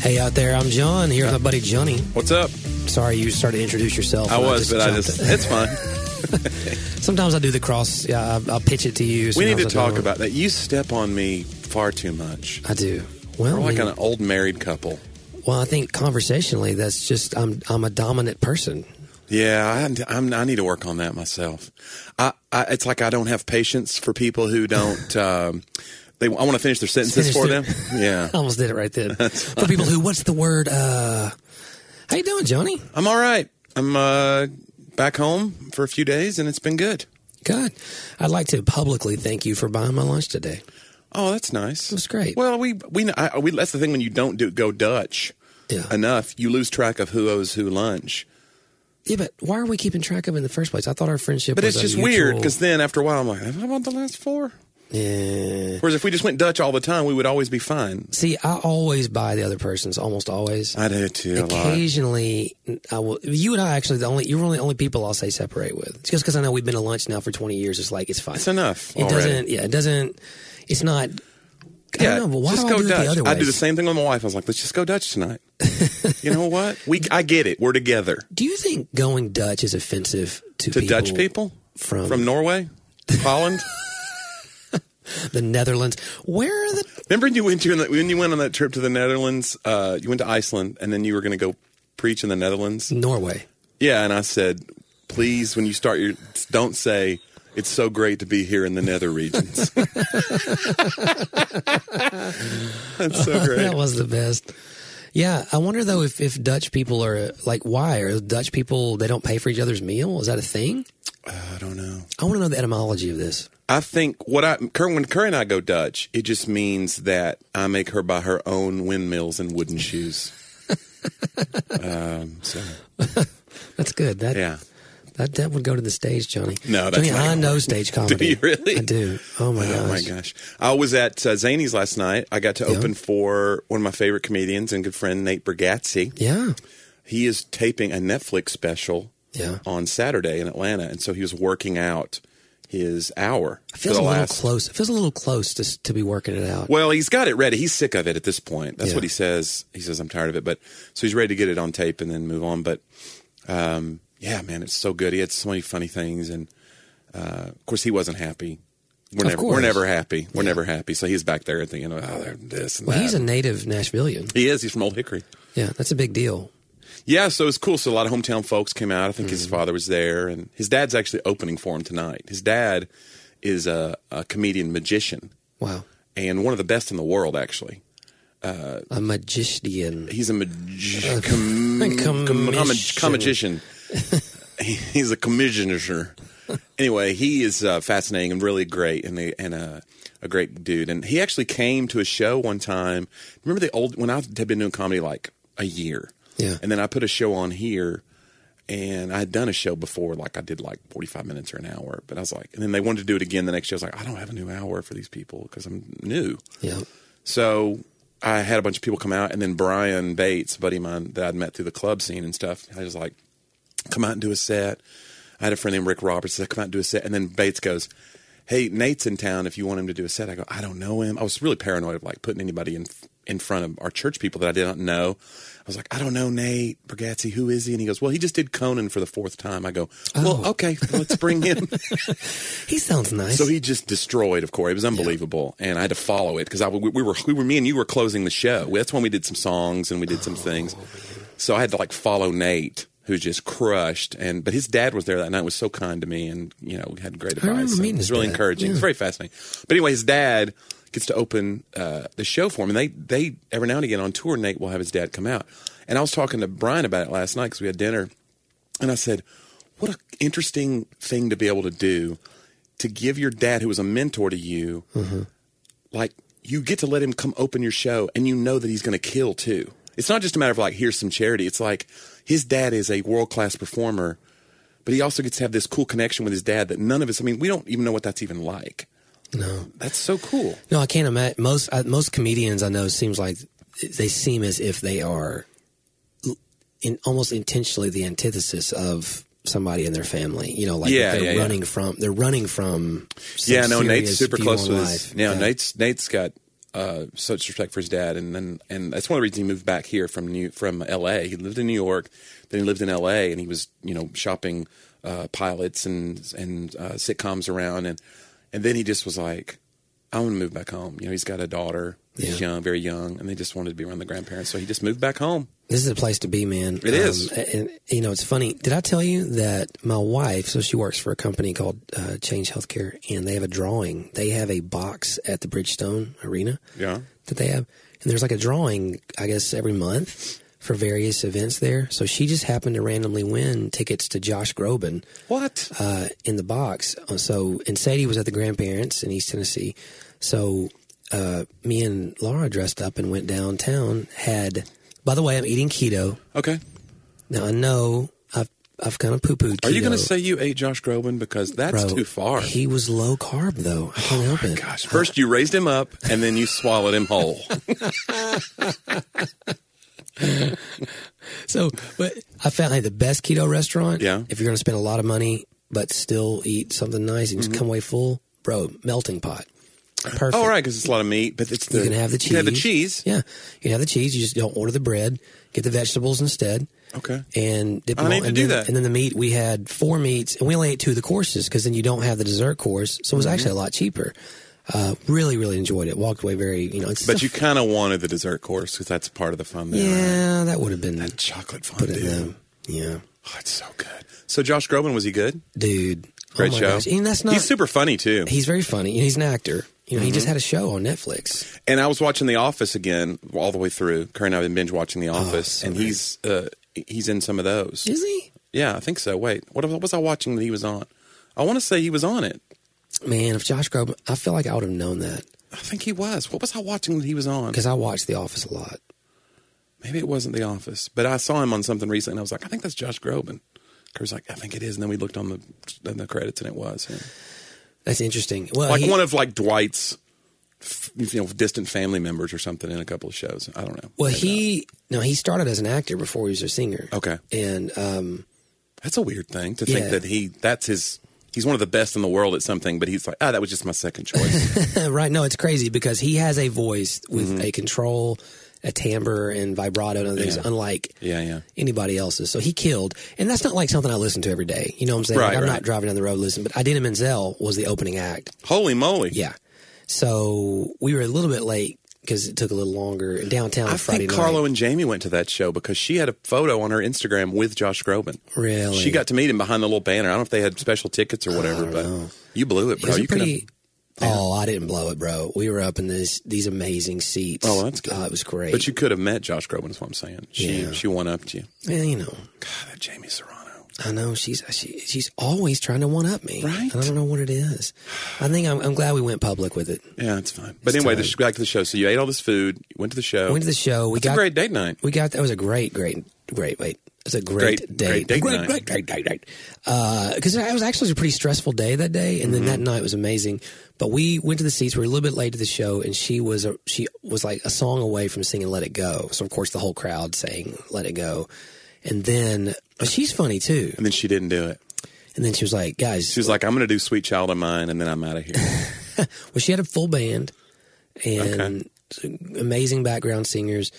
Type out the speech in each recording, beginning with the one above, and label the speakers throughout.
Speaker 1: Hey, out there, I'm John here with my buddy Johnny.
Speaker 2: What's up?
Speaker 1: Sorry, you started to introduce yourself.
Speaker 2: I
Speaker 1: and
Speaker 2: was, but I
Speaker 1: jumped
Speaker 2: just,
Speaker 1: it.
Speaker 2: it's fine.
Speaker 1: Sometimes I do the cross. Yeah, I, I'll pitch it to you.
Speaker 2: We need to
Speaker 1: Sometimes I
Speaker 2: talk
Speaker 1: don't.
Speaker 2: about that. You step on me far too much.
Speaker 1: I do. Well,
Speaker 2: We're
Speaker 1: I
Speaker 2: like
Speaker 1: mean,
Speaker 2: an old married couple.
Speaker 1: well, I think conversationally, that's just I'm I'm a dominant person.
Speaker 2: Yeah, I, I'm, I need to work on that myself. I, I, it's like I don't have patience for people who don't. Um, they, I want to finish their
Speaker 1: Finish
Speaker 2: sentences for
Speaker 1: their-
Speaker 2: them. Yeah,
Speaker 1: I almost did it right then. For people who, what's the word? Uh, how you doing, Johnny?
Speaker 2: I'm all right. I'm uh, back home for a few days, and it's been good.
Speaker 1: Good. I'd like to publicly thank you for buying my lunch today.
Speaker 2: Oh, that's nice.
Speaker 1: That's great.
Speaker 2: Well, we we, I, we that's the thing when you don't do go Dutch
Speaker 1: Yeah.
Speaker 2: enough, you lose track of who owes who lunch.
Speaker 1: Yeah, but why are we keeping track of it in the first place? I thought our friendship.
Speaker 2: But
Speaker 1: was
Speaker 2: it's
Speaker 1: a
Speaker 2: just weird
Speaker 1: mutual-
Speaker 2: because then after a while, I'm like, "Have I want the last four?
Speaker 1: Yeah.
Speaker 2: Whereas if we just went Dutch all the time, we would always be fine.
Speaker 1: See, I always buy the other person's, almost always.
Speaker 2: I do too a lot.
Speaker 1: Occasionally, I will. You and I actually the only you're one of the only people I'll say separate with. Just because I know we've been to lunch now for 20 years, it's like it's fine.
Speaker 2: It's enough.
Speaker 1: it
Speaker 2: already.
Speaker 1: doesn't. Yeah, it doesn't. It's not. I
Speaker 2: Yeah,
Speaker 1: don't know, but why
Speaker 2: just
Speaker 1: do
Speaker 2: go
Speaker 1: I do
Speaker 2: Dutch.
Speaker 1: it the other way?
Speaker 2: I do the same thing with my wife. I was like, let's just go Dutch tonight. you know what? We I get it. We're together.
Speaker 1: Do you think going Dutch is offensive to,
Speaker 2: To Dutch people
Speaker 1: from
Speaker 2: from Norway, Holland.
Speaker 1: the Netherlands? Where are the
Speaker 2: Remember when you went to when you went on that trip to the Netherlands? Uh, you went to Iceland, and then you were going to go preach in the Netherlands.
Speaker 1: Norway?
Speaker 2: Yeah, and I said, please, when you start your, don't say it's so great to be here in the Nether regions. That's so
Speaker 1: That
Speaker 2: great.
Speaker 1: was the best. Yeah, I wonder though if, if Dutch people are like, why are Dutch people they don't pay for each other's meal? Is that a thing?
Speaker 2: I don't know.
Speaker 1: I want to know the etymology of this.
Speaker 2: I think what I Kerr- when Kerr and I go Dutch, it just means that I make her buy her own windmills and wooden shoes. um, so
Speaker 1: That's good. That
Speaker 2: yeah,
Speaker 1: that, that would go to the stage, Johnny.
Speaker 2: No, that's
Speaker 1: Johnny,
Speaker 2: not
Speaker 1: I
Speaker 2: gonna
Speaker 1: know stage comedy.
Speaker 2: you really?
Speaker 1: I do. Oh my gosh.
Speaker 2: Oh my gosh! I was at uh, Zany's last night. I got to open for one of my favorite comedians and good friend Nate Bergazzi.
Speaker 1: Yeah.
Speaker 2: He is taping a Netflix special
Speaker 1: Yeah.
Speaker 2: on Saturday in Atlanta, and so he was working out his hour
Speaker 1: It
Speaker 2: for
Speaker 1: feels
Speaker 2: the
Speaker 1: a little
Speaker 2: last.
Speaker 1: close. It feels a little close to s- to be working it out.
Speaker 2: Well, he's got it ready. He's sick of it at this point. That's
Speaker 1: Yeah.
Speaker 2: what he says. He says I'm tired of it, but so he's ready to get it on tape and then move on. But um, yeah, man, it's so good. He had so many funny things, and uh, of course, he wasn't happy. We're
Speaker 1: Of
Speaker 2: never,
Speaker 1: course.
Speaker 2: we're never happy. We're never happy. So he's back there at the end. Of, oh, they're this and
Speaker 1: Well,
Speaker 2: that.
Speaker 1: he's a native Nashvilleian.
Speaker 2: he is. He's from Old Hickory.
Speaker 1: Yeah, that's a big deal.
Speaker 2: Yeah, so it's cool. So a lot of hometown folks came out. I think his father was there, and his dad's actually opening for him tonight. His dad is a, a comedian magician
Speaker 1: Wow.
Speaker 2: and one of the best in the world, actually.
Speaker 1: A magician.
Speaker 2: He's a magician. com- com-
Speaker 1: commission.
Speaker 2: comagician. He's a commissioner. Anyway, he is uh, fascinating and really great, and a, and a, a great dude. And he actually came to a show one time. Remember the old when I had been doing comedy like a year,
Speaker 1: Yeah.
Speaker 2: And then I put a show on here, and I had done a show before, like I did like forty five minutes or an hour. But I was like, and then they wanted to do it again the next show. I was like, I don't have a new hour for these people because I'm new.
Speaker 1: Yeah.
Speaker 2: So I had a bunch of people come out, and then Brian Bates, a buddy of mine that I'd met through the club scene and stuff, I was like, come out and do a set. I had a friend named Rick Roberts that come out and do a set, and then Bates goes, "Hey, Nate's in town. If you want him to do a set," I go, "I don't know him." I was really paranoid of like putting anybody in in front of our church people that I didn't know. I was like, "I don't know Nate Bergazzi. Who is he?" And he goes, "Well, he just did Conan for the fourth time." I go, "Well,
Speaker 1: Oh.
Speaker 2: okay, let's bring him."
Speaker 1: He sounds nice.
Speaker 2: So he just destroyed, of course. It was unbelievable, and I had to follow it because I we, we were we were me and you were closing the show. That's when we did some songs and we did some things. So I had to like follow Nate, who just crushed. And but his dad was there that night, was so kind to me, and you know had great advice.
Speaker 1: remember
Speaker 2: And
Speaker 1: meeting
Speaker 2: it was
Speaker 1: his
Speaker 2: really
Speaker 1: dad.
Speaker 2: encouraging. It's very fascinating. But anyway, his dad gets to open uh, the show for him, and they they every now and again on tour, Nate will have his dad come out. And I was talking to Brian about it last night because we had dinner. And I said, what an interesting thing to be able to do to give your dad, who was a mentor to you, like you get to let him come open your show and you know that he's going to kill too. It's not just a matter of like, here's some charity. It's like his dad is a world class performer, but he also gets to have this cool connection with his dad that none of us, I mean, we don't even know what that's even like.
Speaker 1: no.
Speaker 2: That's so cool.
Speaker 1: No, I can't imagine. Most uh, most comedians I know seems like they seem as if they are in almost intentionally the antithesis of somebody in their family. You know, like
Speaker 2: Yeah,
Speaker 1: they're
Speaker 2: yeah, yeah.
Speaker 1: running from they're running from. Some
Speaker 2: yeah, no, Nate's
Speaker 1: serious
Speaker 2: super
Speaker 1: view
Speaker 2: close
Speaker 1: on
Speaker 2: to his.
Speaker 1: life.
Speaker 2: Yeah, Nate's Nate's got uh, such respect for his dad, and then and that's one of the reasons he moved back here from New from L.A. He lived in New York, then he lived in L.A. and he was you know shopping uh, pilots and and uh, sitcoms around, and and then he just was like, I want to move back home. You know, he's got a daughter, she's
Speaker 1: Yeah.
Speaker 2: young, very young, and they just wanted to be around the grandparents, so he just moved back home.
Speaker 1: This is a place to be, man. It
Speaker 2: is.
Speaker 1: is, And, you know, it's funny. Did I tell you that my wife, so she works for a company called uh, Change Healthcare, and they have a drawing. They have a box at the Bridgestone Arena
Speaker 2: Yeah,
Speaker 1: that they have. And there's like a drawing, I guess, every month for various events there. So she just happened to randomly win tickets to Josh Groban
Speaker 2: what?
Speaker 1: uh, in the box. Uh, So, and Sadie was at the grandparents in East Tennessee. So, uh, me and Laura dressed up and went downtown. Had, by the way, I'm eating keto.
Speaker 2: Okay,
Speaker 1: Now I know I've I've kind of poo pooed.
Speaker 2: are you going to say you ate Josh Groban because that's too far? Oh
Speaker 1: He was low carb though. I can't help it.
Speaker 2: Gosh, first you raised him up, and then you swallowed him whole.
Speaker 1: So, but I found like the best keto restaurant.
Speaker 2: Yeah.
Speaker 1: If you're going to spend a lot of money but still eat something nice and just come away full, bro, melting pot. Perfect.
Speaker 2: Mm-hmm. Oh, All right, because it's a lot of meat, but it's the,
Speaker 1: You can have the cheese.
Speaker 2: You can have the cheese.
Speaker 1: Yeah. You can have the cheese. You just don't order the bread. Get the vegetables instead.
Speaker 2: Okay.
Speaker 1: and dip
Speaker 2: I
Speaker 1: them
Speaker 2: need
Speaker 1: all-
Speaker 2: to
Speaker 1: and
Speaker 2: do
Speaker 1: then,
Speaker 2: that.
Speaker 1: And then the meat, we had four meats, and we only ate two of the courses because then you don't have the dessert course, so it
Speaker 2: Mm-hmm.
Speaker 1: was actually a lot cheaper. Uh, really, really enjoyed it. Walked away very, you know. It's
Speaker 2: But you kind of wanted the dessert course because that's part of the fun there. right?
Speaker 1: yeah, that would have been
Speaker 2: Chocolate
Speaker 1: put in
Speaker 2: fondue.
Speaker 1: them. Yeah,
Speaker 2: Oh, it's so good. So Josh Groban, was he good?
Speaker 1: dude,
Speaker 2: Great
Speaker 1: oh my
Speaker 2: show.
Speaker 1: Gosh. And that's not.
Speaker 2: He's
Speaker 1: He's,
Speaker 2: super funny too.
Speaker 1: very funny. You know, he's an actor. You know, he
Speaker 2: Mm-hmm.
Speaker 1: just had a show on Netflix.
Speaker 2: and I was watching The Office again all the way through. Curry and I have been binge watching The
Speaker 1: Oh,
Speaker 2: Office,
Speaker 1: so
Speaker 2: and
Speaker 1: great.
Speaker 2: he's uh, he's in some of those.
Speaker 1: Is he?
Speaker 2: Yeah, I think so. Wait, what, what was I watching that he was on? I want to say he was on it.
Speaker 1: Man, if Josh Groban, I feel like I would have known that
Speaker 2: I think he was. What was I watching that he was on?
Speaker 1: because I watched The Office a lot.
Speaker 2: Maybe it wasn't The Office, but I saw him on something recently, and I was like, I think that's Josh Groban. Curry's like, I think it is, and then we looked on the on the credits, and it was. him.
Speaker 1: That's interesting. Well,
Speaker 2: like
Speaker 1: Uh, he-
Speaker 2: one of like Dwight's f- you know distant family members or something in a couple of shows. I don't know.
Speaker 1: Well,
Speaker 2: Maybe not.
Speaker 1: he no, he started as an actor before he was a singer.
Speaker 2: Okay.
Speaker 1: and um,
Speaker 2: that's a weird thing to think
Speaker 1: Yeah.
Speaker 2: that he that's his he's one of the best in the world at something, but he's like, ah, that was just my second choice.
Speaker 1: right, no, it's crazy because he has a voice with a control, a timbre, and vibrato and other things,
Speaker 2: Mm-hmm. Yeah.
Speaker 1: unlike
Speaker 2: yeah, yeah.
Speaker 1: anybody else's. So he killed, and that's not like something I listen to every day. You know what I'm saying?
Speaker 2: Right,
Speaker 1: Like, I'm
Speaker 2: right.
Speaker 1: not driving down the road listening, but Idina Menzel was the opening act.
Speaker 2: Holy moly!
Speaker 1: Yeah, so we were a little bit late because it took a little longer in downtown
Speaker 2: I
Speaker 1: Friday
Speaker 2: think
Speaker 1: night.
Speaker 2: Carlo and Jamie went to that show because she had a photo on her Instagram with Josh Groban.
Speaker 1: really,
Speaker 2: She got to meet him behind the little banner. I don't know if they had special tickets or whatever, but you blew it,
Speaker 1: It
Speaker 2: bro.
Speaker 1: was a
Speaker 2: You could have
Speaker 1: pretty. Oh, I didn't blow it, bro. We were up in this these amazing seats.
Speaker 2: Oh, that's good.
Speaker 1: Uh, it was great.
Speaker 2: but you could have met Josh Groban. Is what I'm saying. She
Speaker 1: Yeah.
Speaker 2: she went up to you.
Speaker 1: Yeah, you know,
Speaker 2: God, that Jamie Serrano.
Speaker 1: I know she's she, she's always trying to one up me.
Speaker 2: Right?
Speaker 1: And I don't know what it is. I think I'm, I'm glad we went public with it.
Speaker 2: Yeah, it's fine. But anyway,
Speaker 1: time.
Speaker 2: this, back to the show. So you ate all this food. You went to the show.
Speaker 1: Went to the show. We
Speaker 2: it's
Speaker 1: got
Speaker 2: a great date night.
Speaker 1: we got that was a great, great, great. Wait, it was a great,
Speaker 2: Great-
Speaker 1: date.
Speaker 2: great date
Speaker 1: great,
Speaker 2: night.
Speaker 1: great, great, great, great. Because it was actually a pretty stressful day that day, and then that
Speaker 2: Mm-hmm.
Speaker 1: night was amazing. But we went to the seats. We were a little bit late to the show, and she was a, she was like a song away from singing "Let It Go." So of course the whole crowd sang "Let It Go," and then but she's funny too.
Speaker 2: And then she didn't do it.
Speaker 1: And then she was like, "Guys,
Speaker 2: She was like, I'm going to do Sweet Child of Mine, and then I'm out of here.
Speaker 1: Well, she had a full band and amazing background singers,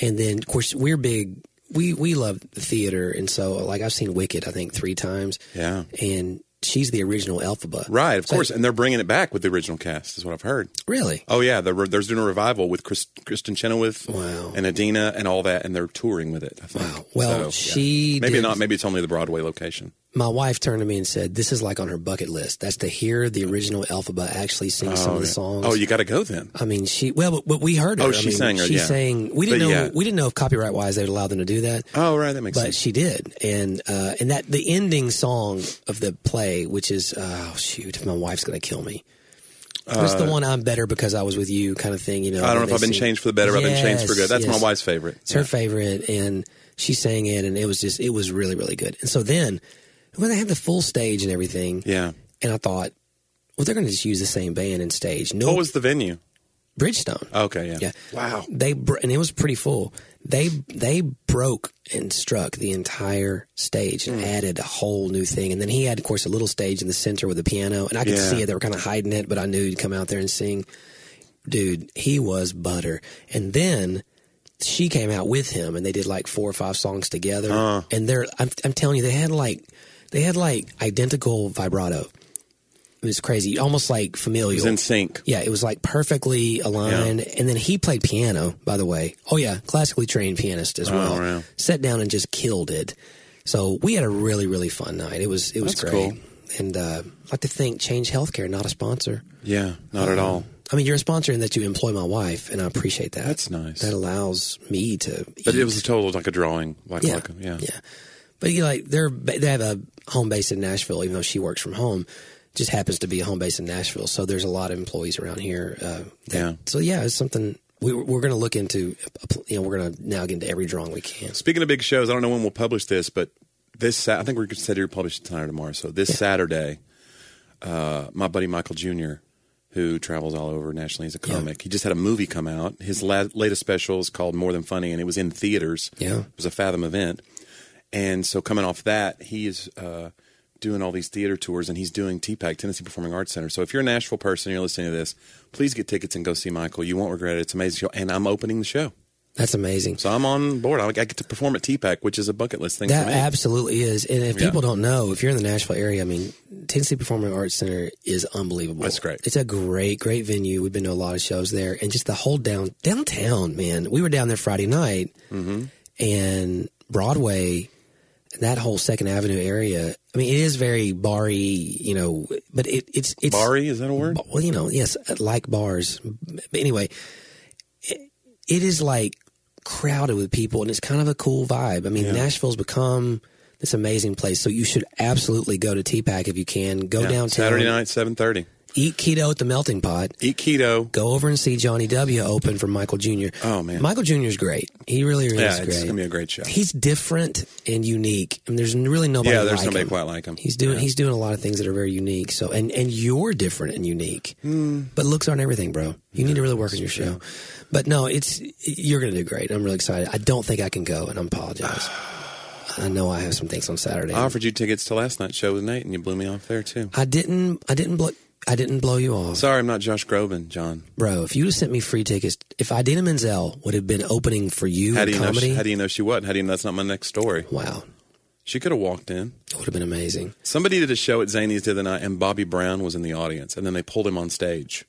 Speaker 1: and then of course we're big. We we love the theater, and so like I've seen Wicked, I think three times.
Speaker 2: Yeah.
Speaker 1: and she's the original Elphaba.
Speaker 2: right, of course. And they're bringing it back with the original cast, is what I've heard.
Speaker 1: Really?
Speaker 2: Oh, yeah. They're, they're doing a revival with Chris, Kristen Chenoweth
Speaker 1: Wow.
Speaker 2: and Adina and all that, and they're touring with it, I think.
Speaker 1: Wow. Well,
Speaker 2: So, yeah.
Speaker 1: she
Speaker 2: Maybe
Speaker 1: did-
Speaker 2: not. Maybe it's only the Broadway location.
Speaker 1: My wife turned to me and said, "This is like on her bucket list. That's to hear the original Elphaba actually sing some of the songs."
Speaker 2: Oh, you got to go then.
Speaker 1: I mean, she well, but, but we heard her.
Speaker 2: Oh,
Speaker 1: I
Speaker 2: she
Speaker 1: mean,
Speaker 2: sang her,
Speaker 1: She
Speaker 2: yeah.
Speaker 1: sang. We didn't
Speaker 2: But
Speaker 1: know.
Speaker 2: yeah.
Speaker 1: We didn't know if copyright wise they'd allow them to do that.
Speaker 2: Oh, right. That makes
Speaker 1: but
Speaker 2: sense.
Speaker 1: she did, and uh, and that the ending song of the play, which is oh shoot, my wife's gonna kill me. It's the one I'm better because I was with you kind of thing, you know.
Speaker 2: Uh, I don't
Speaker 1: that
Speaker 2: know if
Speaker 1: they
Speaker 2: I've been
Speaker 1: sing.
Speaker 2: changed for the better. I've been changed for
Speaker 1: Yes,
Speaker 2: good. That's
Speaker 1: yes.
Speaker 2: my wife's favorite.
Speaker 1: It's her favorite, and she sang it, and it was just it was really really good. And so then when they had the full stage and everything,
Speaker 2: Yeah.
Speaker 1: and I thought, well, they're gonna just use the same band and stage. No
Speaker 2: What was the venue? Oh,
Speaker 1: Bridgestone.
Speaker 2: Okay. Yeah.
Speaker 1: Yeah.
Speaker 2: Wow.
Speaker 1: They br- and it was pretty full. They they broke and struck the entire stage and added a whole new thing. And then he had, of course, a little stage in the center with a piano, and I could
Speaker 2: Yeah.
Speaker 1: see it. They were kind of hiding it, but I knew he'd come out there and sing. dude, he was butter. And then she came out with him, and they did like four or five songs together.
Speaker 2: Uh.
Speaker 1: And they're, I'm, I'm telling you, they had like, they had like identical vibrato. It was crazy, almost like familial.
Speaker 2: He's in sync.
Speaker 1: Yeah, it was like perfectly aligned. And then he played piano, by the way. Oh yeah, classically trained pianist
Speaker 2: Oh,
Speaker 1: as well.
Speaker 2: wow.
Speaker 1: Sat down and just killed it. So we had a really really fun night. It was it was
Speaker 2: That's
Speaker 1: great.
Speaker 2: cool.
Speaker 1: And uh, I'd like to thank Change Healthcare, not a sponsor.
Speaker 2: Yeah, not
Speaker 1: Uh-huh.
Speaker 2: at all.
Speaker 1: I mean, you're a sponsor in that you employ my wife, and I appreciate that.
Speaker 2: That's nice.
Speaker 1: That allows me to.
Speaker 2: But
Speaker 1: eat.
Speaker 2: it was a total like a drawing, like
Speaker 1: Yeah.
Speaker 2: like a, yeah.
Speaker 1: Yeah. But you know, like they're they have a home base in Nashville, even though she works from home. Just happens to be a home base in Nashville, so there's a lot of employees around here. Uh, that-
Speaker 2: Yeah.
Speaker 1: So yeah, it's something we, we're going to look into. You know, we're going to now get into every drawing we can.
Speaker 2: Speaking of big shows, I don't know when we'll publish this, but this Sa- I think we're considered to publish it tonight or tomorrow. So this Saturday, uh, my buddy Michael Jr., who travels all over nationally, he's a comic. He just had a movie come out. His la- latest special is called More Than Funny, and it was in theaters.
Speaker 1: Yeah.
Speaker 2: it was a Fathom event, and so coming off that, he is. Uh, Doing all these theater tours, and he's doing TPAC, Tennessee Performing Arts Center. So, if you're a Nashville person, you're listening to this, please get tickets and go see Michael. You won't regret it. It's an amazing show, and I'm opening the show.
Speaker 1: That's amazing.
Speaker 2: So I'm on board. I I get to perform at TPAC, which is a bucket list thing
Speaker 1: That
Speaker 2: for me.
Speaker 1: absolutely is. And if
Speaker 2: Yeah.
Speaker 1: people don't know, if you're in the Nashville area, I mean, Tennessee Performing Arts Center is unbelievable.
Speaker 2: That's great.
Speaker 1: It's a great, great venue. We've been to a lot of shows there, and just the whole down downtown, man. We were down there Friday night,
Speaker 2: Mm-hmm.
Speaker 1: and Broadway, that whole Second Avenue area. I mean, it is very bar-y, you know, but it, it's it's
Speaker 2: Bari, is that a word?
Speaker 1: well, you know, yes, uh, like bars. But anyway, it, it is like crowded with people, and it's kind of a cool vibe. I mean, Nashville's become this amazing place, so you should absolutely go to TPAC if you can. Go
Speaker 2: Yeah.
Speaker 1: downtown,
Speaker 2: Saturday night, seven thirty.
Speaker 1: eat keto at the Melting Pot.
Speaker 2: Eat keto.
Speaker 1: Go over and see Johnny W. open for Michael Jr.
Speaker 2: Oh, man.
Speaker 1: Michael Jr. is great. He really, really
Speaker 2: Yeah,
Speaker 1: is
Speaker 2: it's
Speaker 1: great.
Speaker 2: gonna be a great show.
Speaker 1: He's different and unique, and there's really nobody.
Speaker 2: yeah, there's
Speaker 1: like
Speaker 2: nobody
Speaker 1: him.
Speaker 2: quite like him.
Speaker 1: He's doing he's doing a lot of things that are very unique. So and and you're different and unique.
Speaker 2: Hmm.
Speaker 1: But looks aren't everything, bro. You need to really work on your show. But no, it's you're going to do great. I'm really excited. I don't think I can go, and I apologize. I know I have some things on Saturday.
Speaker 2: I offered you tickets to last night's show with Nate, and you blew me off there too.
Speaker 1: I didn't I didn't blow I didn't blow you off,
Speaker 2: Sorry, I'm not Josh Groban, John.
Speaker 1: bro. If you sent me free tickets, if Idina Menzel would have been opening for you
Speaker 2: How
Speaker 1: in
Speaker 2: do you know?
Speaker 1: comedy,
Speaker 2: She, how do you know she wasn't? How do you know that's not my next story?
Speaker 1: wow,
Speaker 2: She could have walked in.
Speaker 1: it would have been amazing.
Speaker 2: Somebody did a show at Zany's the other night, and Bobby Brown was in the audience, and then they pulled him on stage.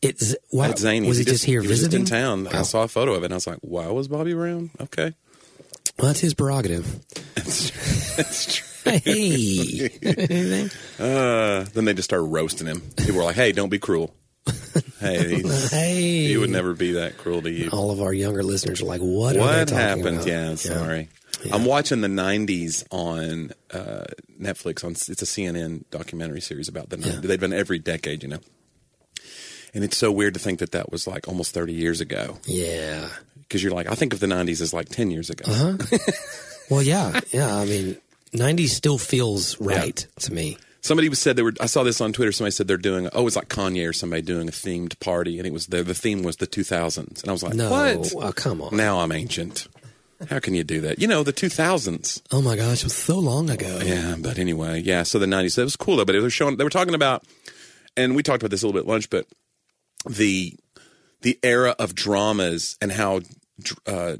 Speaker 1: It's wow.
Speaker 2: at
Speaker 1: Uh,
Speaker 2: Zany's.
Speaker 1: Was he, just here
Speaker 2: he was just
Speaker 1: visiting?
Speaker 2: in town. I
Speaker 1: Wow.
Speaker 2: saw a photo of it, and I was like, "Why was Bobby Brown?" Okay,
Speaker 1: Well, that's his prerogative.
Speaker 2: that's, that's true.
Speaker 1: hey, anything?
Speaker 2: Uh, then they just started roasting him. People were like, "Hey, don't be cruel. Hey, he,
Speaker 1: Hey,
Speaker 2: he would never be that cruel to you."
Speaker 1: all of our younger listeners are like, Oh, "What? are they
Speaker 2: what
Speaker 1: talking
Speaker 2: happened?
Speaker 1: about?
Speaker 2: Yeah, sorry.
Speaker 1: Yeah.
Speaker 2: I'm watching the '90s on uh, Netflix. On it's a CNN documentary series about the '90s. They've been every decade, you know. And it's so weird to think that that was like almost 30 years ago
Speaker 1: Yeah.
Speaker 2: because you're like, I think of the '90s as like 10 years ago.
Speaker 1: Uh-huh. Well, yeah, yeah. I mean, '90s still feels right to me.
Speaker 2: Somebody was- said they were. I saw this on Twitter. Somebody said they're doing. Oh, it's like Kanye or somebody doing a themed party, and it was the the theme was the 2000s, and I was like,
Speaker 1: No,
Speaker 2: what?
Speaker 1: oh, come on.
Speaker 2: Now I'm ancient. How can you do that? You know, the 2000s.
Speaker 1: Oh my gosh, it was so long ago.
Speaker 2: Oh, Yeah, but anyway, yeah. So the 90s. That was cool though. But they were showing. They were talking about, and we talked about this a little bit at lunch. But the the era of dramas and how dr- uh,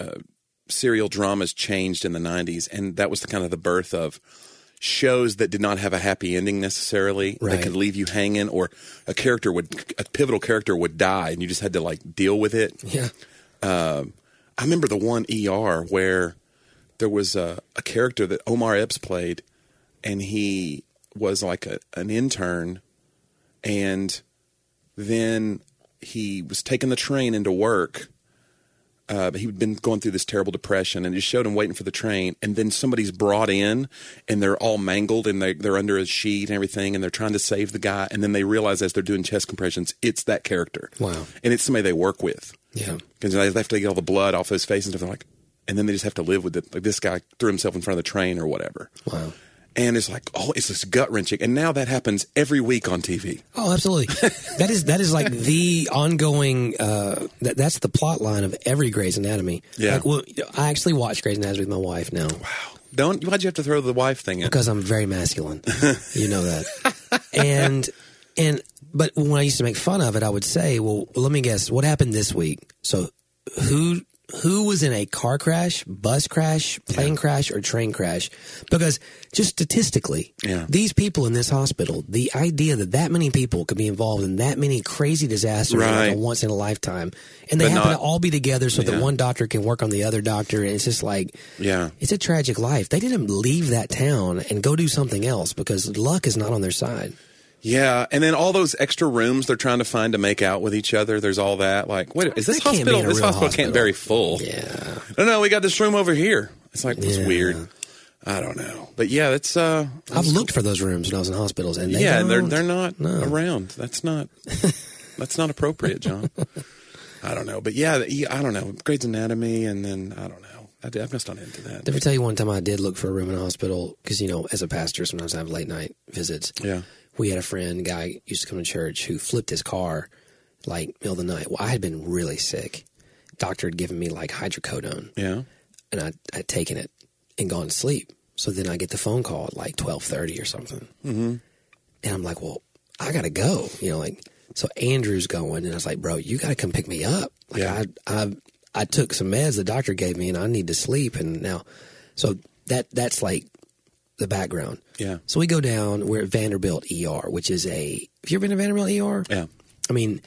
Speaker 2: uh, serial dramas changed in the 90s, and that was the kind of the birth of shows that did not have a happy ending necessarily.
Speaker 1: Right.
Speaker 2: They could leave you hanging, or a character would a pivotal character would die, and you just had to like deal with it.
Speaker 1: Yeah.
Speaker 2: I remember the one ER where there was a, a character that Omar Epps played, and he was like a, an intern, and then he was taking the train into work. Uh, but he'd been going through this terrible depression, and it just showed him waiting for the train. And then somebody's brought in, and they're all mangled, and they, they're under a sheet and everything, and they're trying to save the guy. And then they realize as they're doing chest compressions, it's that character.
Speaker 1: Wow.
Speaker 2: And it's somebody they work with
Speaker 1: Yeah.
Speaker 2: because they have to get all the blood off his face and stuff. They're like, and then they just have to live with it. Like this guy threw himself in front of the train or whatever.
Speaker 1: Wow.
Speaker 2: And it's like, oh, it's just gut wrenching. And now that happens every week on TV.
Speaker 1: Oh, absolutely. that is that is like the ongoing. Uh, that that's the plot line of every Grey's Anatomy.
Speaker 2: Yeah.
Speaker 1: Like, well, I actually watch Grey's Anatomy with my wife now.
Speaker 2: Don't why'd you have to throw the wife thing in?
Speaker 1: because I'm very masculine. you know that. and and but when I used to make fun of it, I would say, "Well, let me guess, what happened this week?" So, who who was in a car crash, bus crash, plane crash, or train crash? Because just statistically,
Speaker 2: Yeah.
Speaker 1: these people in this hospital, the idea that that many people could be involved in that many crazy disasters,
Speaker 2: Right.
Speaker 1: like a once in a lifetime, and they
Speaker 2: But
Speaker 1: happen
Speaker 2: not-
Speaker 1: to all be together so
Speaker 2: Yeah.
Speaker 1: that one doctor can work on the other doctor, and it's just like,
Speaker 2: Yeah.
Speaker 1: it's a tragic life. They didn't leave that town and go do something else because luck is not on their side.
Speaker 2: Yeah, and then all those extra rooms they're trying to find to make out with each other. There's all that. Like, what is this
Speaker 1: That can't be
Speaker 2: hospital?
Speaker 1: in a
Speaker 2: This
Speaker 1: real
Speaker 2: hospital,
Speaker 1: hospital.
Speaker 2: can't very full.
Speaker 1: Yeah.
Speaker 2: No, no, we got this room over here. It's like it's
Speaker 1: Yeah.
Speaker 2: weird. I don't know, but yeah, that's uh,
Speaker 1: I've looked for those rooms when I was in hospitals, and they
Speaker 2: yeah, and they're
Speaker 1: don't.
Speaker 2: they're not
Speaker 1: No.
Speaker 2: around. That's not that's not appropriate, John. I don't know, but yeah, the- yeah, I don't know. Grey's Anatomy, and then I don't know. I, did- I'm just not into that.
Speaker 1: Did I ever tell you one time I did look for a room in a hospital? Because you know, as a pastor, sometimes I have late night visits.
Speaker 2: Yeah.
Speaker 1: we had a friend, guy used to come to church who flipped his car like middle of the night. Well, I had been really sick. Doctor had given me like hydrocodone,
Speaker 2: Yeah,
Speaker 1: and I I'd taken it and gone to sleep. So then I get the phone call at like twelve thirty or something, mm-hmm. and I'm like, well, I gotta go. You know, like so Andrew's going, and I was like, bro, you gotta come pick me up. Like
Speaker 2: Yeah.
Speaker 1: I I I took some meds the doctor gave me, and I need to sleep. And now, so that that's like the background.
Speaker 2: yeah,
Speaker 1: So we go down. We're at Vanderbilt ER, which is a. Have you ever been to Vanderbilt ER?
Speaker 2: yeah,
Speaker 1: I mean,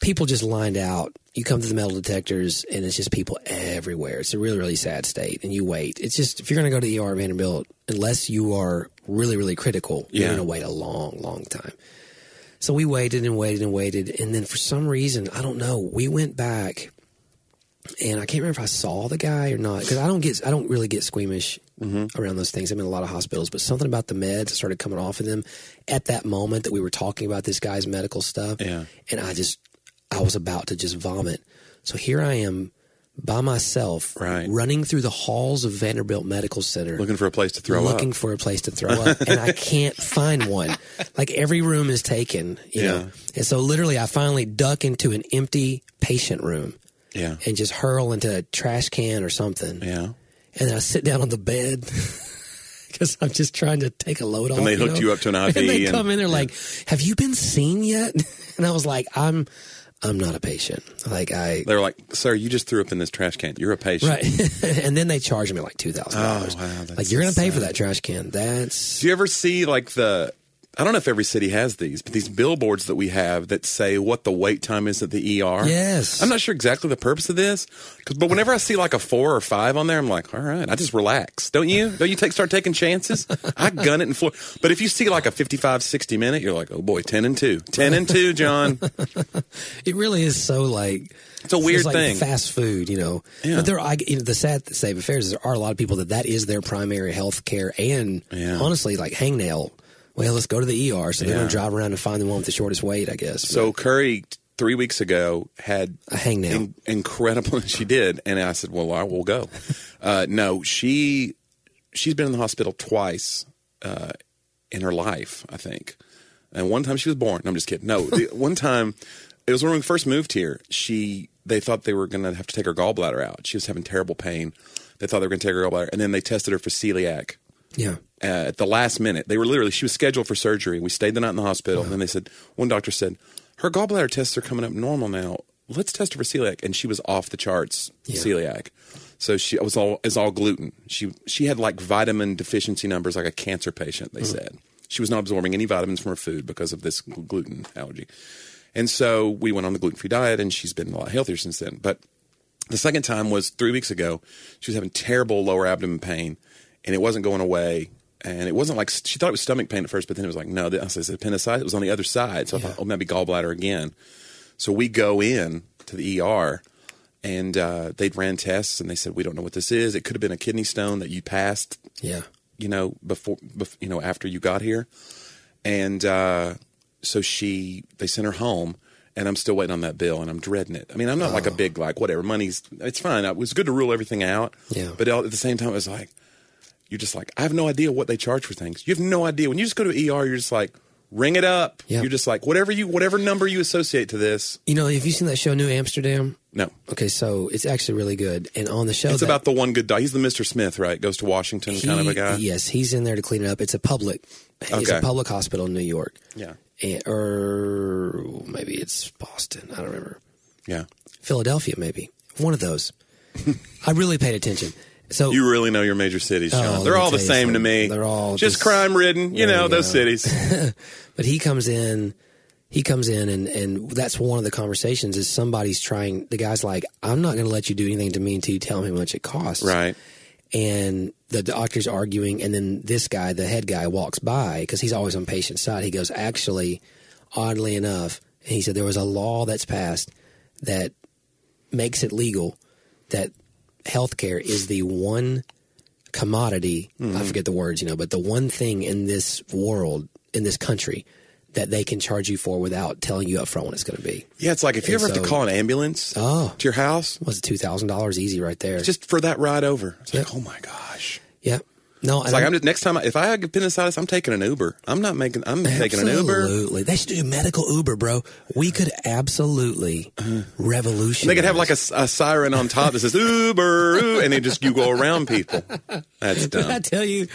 Speaker 1: people just lined out. You come to the metal detectors, and it's just people everywhere. It's a really, really sad state, and you wait. It's just if you're going to go to the ER at Vanderbilt, unless you are really, really critical, you're
Speaker 2: Yeah.
Speaker 1: going to wait a long, long time. So we waited and waited and waited, and then for some reason, I don't know, we went back, and I can't remember if I saw the guy or not because I don't get, I don't really get squeamish
Speaker 2: Mm-hmm.
Speaker 1: around those things. I'm in a lot of hospitals, but something about the meds started coming off of them at that moment that we were talking about this guy's medical stuff,
Speaker 2: Yeah.
Speaker 1: and I just, I was about to just vomit. So here I am by myself,
Speaker 2: Right.
Speaker 1: running through the halls of Vanderbilt Medical Center,
Speaker 2: looking for a place to throw
Speaker 1: looking
Speaker 2: up.
Speaker 1: for a place to throw up, and I can't find one. Like every room is taken, you
Speaker 2: Yeah.
Speaker 1: know. And so literally, I finally duck into an empty patient room
Speaker 2: Yeah,
Speaker 1: and just hurl into a trash can or something,
Speaker 2: yeah.
Speaker 1: and then I sit down on the bed. Because I'm just trying to take a load off.
Speaker 2: they hooked
Speaker 1: know?
Speaker 2: you up to an IV
Speaker 1: And they
Speaker 2: and-
Speaker 1: come in, they're like, "Have you been seen yet?" And I was like, "I'm, I'm not a patient. Like I,
Speaker 2: They're like, sir, you just threw up in this trash can. You're a patient.
Speaker 1: right." and then they charge me like two thousand dollars.
Speaker 2: Oh, wow, that's
Speaker 1: Like you're gonna pay
Speaker 2: sad.
Speaker 1: for that trash can. That's
Speaker 2: Do you ever see like the? I don't know if every city has these, but these billboards that we have that say what the wait time is at the ER.
Speaker 1: Yes.
Speaker 2: I'm not sure exactly the purpose of this, 'cause- but whenever I see like a four or five on there, I'm like, all right, I just relax, don't you? Don't you take start taking chances? I gun it and floor. But if you see like a 55, 60 minute, you're like, oh boy, ten and two, ten and two, John.
Speaker 1: It really is so like
Speaker 2: It's a weird
Speaker 1: like
Speaker 2: thing.
Speaker 1: Fast food, you know.
Speaker 2: Yeah.
Speaker 1: But there, are, I, you know, the sad state of affairs is there are a lot of people that that is their primary health care, and
Speaker 2: Yeah.
Speaker 1: honestly, like hangnail. Well, let's go to the ER. So they're
Speaker 2: Yeah.
Speaker 1: going to drive around and find the one with the shortest wait, I guess.
Speaker 2: So Curry three weeks ago had
Speaker 1: a hangnail.
Speaker 2: in- incredible she did and i said well i will go uh, no she she's been in the hospital twice uh, in her life i think and one time she was born no, i'm just kidding no the, one time it was when we first moved here she they thought they were going to have to take her gallbladder out she was having terrible pain they thought they were going to take her gallbladder and then they tested her for celiac
Speaker 1: yeah.
Speaker 2: uh, at the last minute. They were literally, she was scheduled for surgery. We stayed the night in the hospital. And then they said, one doctor said, her gallbladder tests are coming up normal now. Let's test her for celiac. And she was off the charts celiac. So she it was all, is all gluten. She, she had like vitamin deficiency numbers, like a cancer patient, they said. She was not absorbing any vitamins from her food because of this gl- gluten allergy. And so we went on the gluten free diet, and she's been a lot healthier since then. But the second time was three weeks ago. She was having terrible lower abdomen pain, and it wasn't going away. And it wasn't like she thought it was stomach pain at first, but then it was like, no, I said, it's appendicitis. It was on the other side. So I thought, oh, maybe gallbladder again. So we go in to the ER, and uh, they ran tests, and they said, we don't know what this is. It could have been a kidney stone that you passed
Speaker 1: Yeah.
Speaker 2: you know, before, bef- you know, after you got here. And uh, so she, they sent her home, and I'm still waiting on that bill, and I'm dreading it. I mean, I'm not
Speaker 1: Oh.
Speaker 2: like a big, like, whatever, money's, it's fine. It was good to rule everything out.
Speaker 1: Yeah.
Speaker 2: But all- at the same time, it was like, you're just like, I have no idea what they charge for things. You have no idea. When you just go to ER, you're just like, ring it up.
Speaker 1: Yeah.
Speaker 2: You're just like, whatever you, whatever number you associate to this.
Speaker 1: You know, have you seen that show New Amsterdam?
Speaker 2: No.
Speaker 1: Okay, so it's actually really good. And on the show,
Speaker 2: It's
Speaker 1: that-
Speaker 2: about the one good guy. He's the Mr. Smith, right? Goes to Washington kind of
Speaker 1: he-
Speaker 2: a guy.
Speaker 1: Yes, he's in there to clean it up. It's a public. It's
Speaker 2: Okay.
Speaker 1: a public hospital in New York.
Speaker 2: Yeah.
Speaker 1: and, or maybe it's Boston. I don't remember.
Speaker 2: Yeah.
Speaker 1: Philadelphia, maybe one of those. I really paid attention. So
Speaker 2: You really know your major cities, John.
Speaker 1: Oh, let
Speaker 2: they're
Speaker 1: me
Speaker 2: all the
Speaker 1: tell you
Speaker 2: same to
Speaker 1: something.
Speaker 2: me.
Speaker 1: They're all
Speaker 2: just,
Speaker 1: just-
Speaker 2: crime ridden, you
Speaker 1: There
Speaker 2: know,
Speaker 1: you
Speaker 2: those
Speaker 1: go.
Speaker 2: cities.
Speaker 1: but he comes in he comes in and and that's one of the conversations is somebody's trying the guy's like i'm not going to let you do anything to me until you tell me how much it costs
Speaker 2: right.
Speaker 1: and the doctor's arguing and then this guy the head guy walks by because he's always on patient side he goes actually oddly enough and he said there was a law that's passed that makes it legal that healthcare is the one commodity
Speaker 2: Mm-hmm.
Speaker 1: i forget the words you know but the one thing in this world in this country that they can charge you for without telling you up front what it's going to be
Speaker 2: Yeah, it's like if you
Speaker 1: And
Speaker 2: ever have to
Speaker 1: so-
Speaker 2: call an ambulance
Speaker 1: Oh.
Speaker 2: to your house,
Speaker 1: was it $2000 easy right there
Speaker 2: just for that ride over. It's like, oh my gosh.
Speaker 1: yeah no
Speaker 2: It's like I'm just next time I, if I have appendicitis, I'm taking an Uber. I'm not making. I'm taking an Uber.
Speaker 1: Absolutely. They should do medical Uber, bro. We could absolutely revolutionize.
Speaker 2: They could have like a, a siren on top that says Uber, ooh, and then just you go around people. That's
Speaker 1: I
Speaker 2: dumb.
Speaker 1: tell you,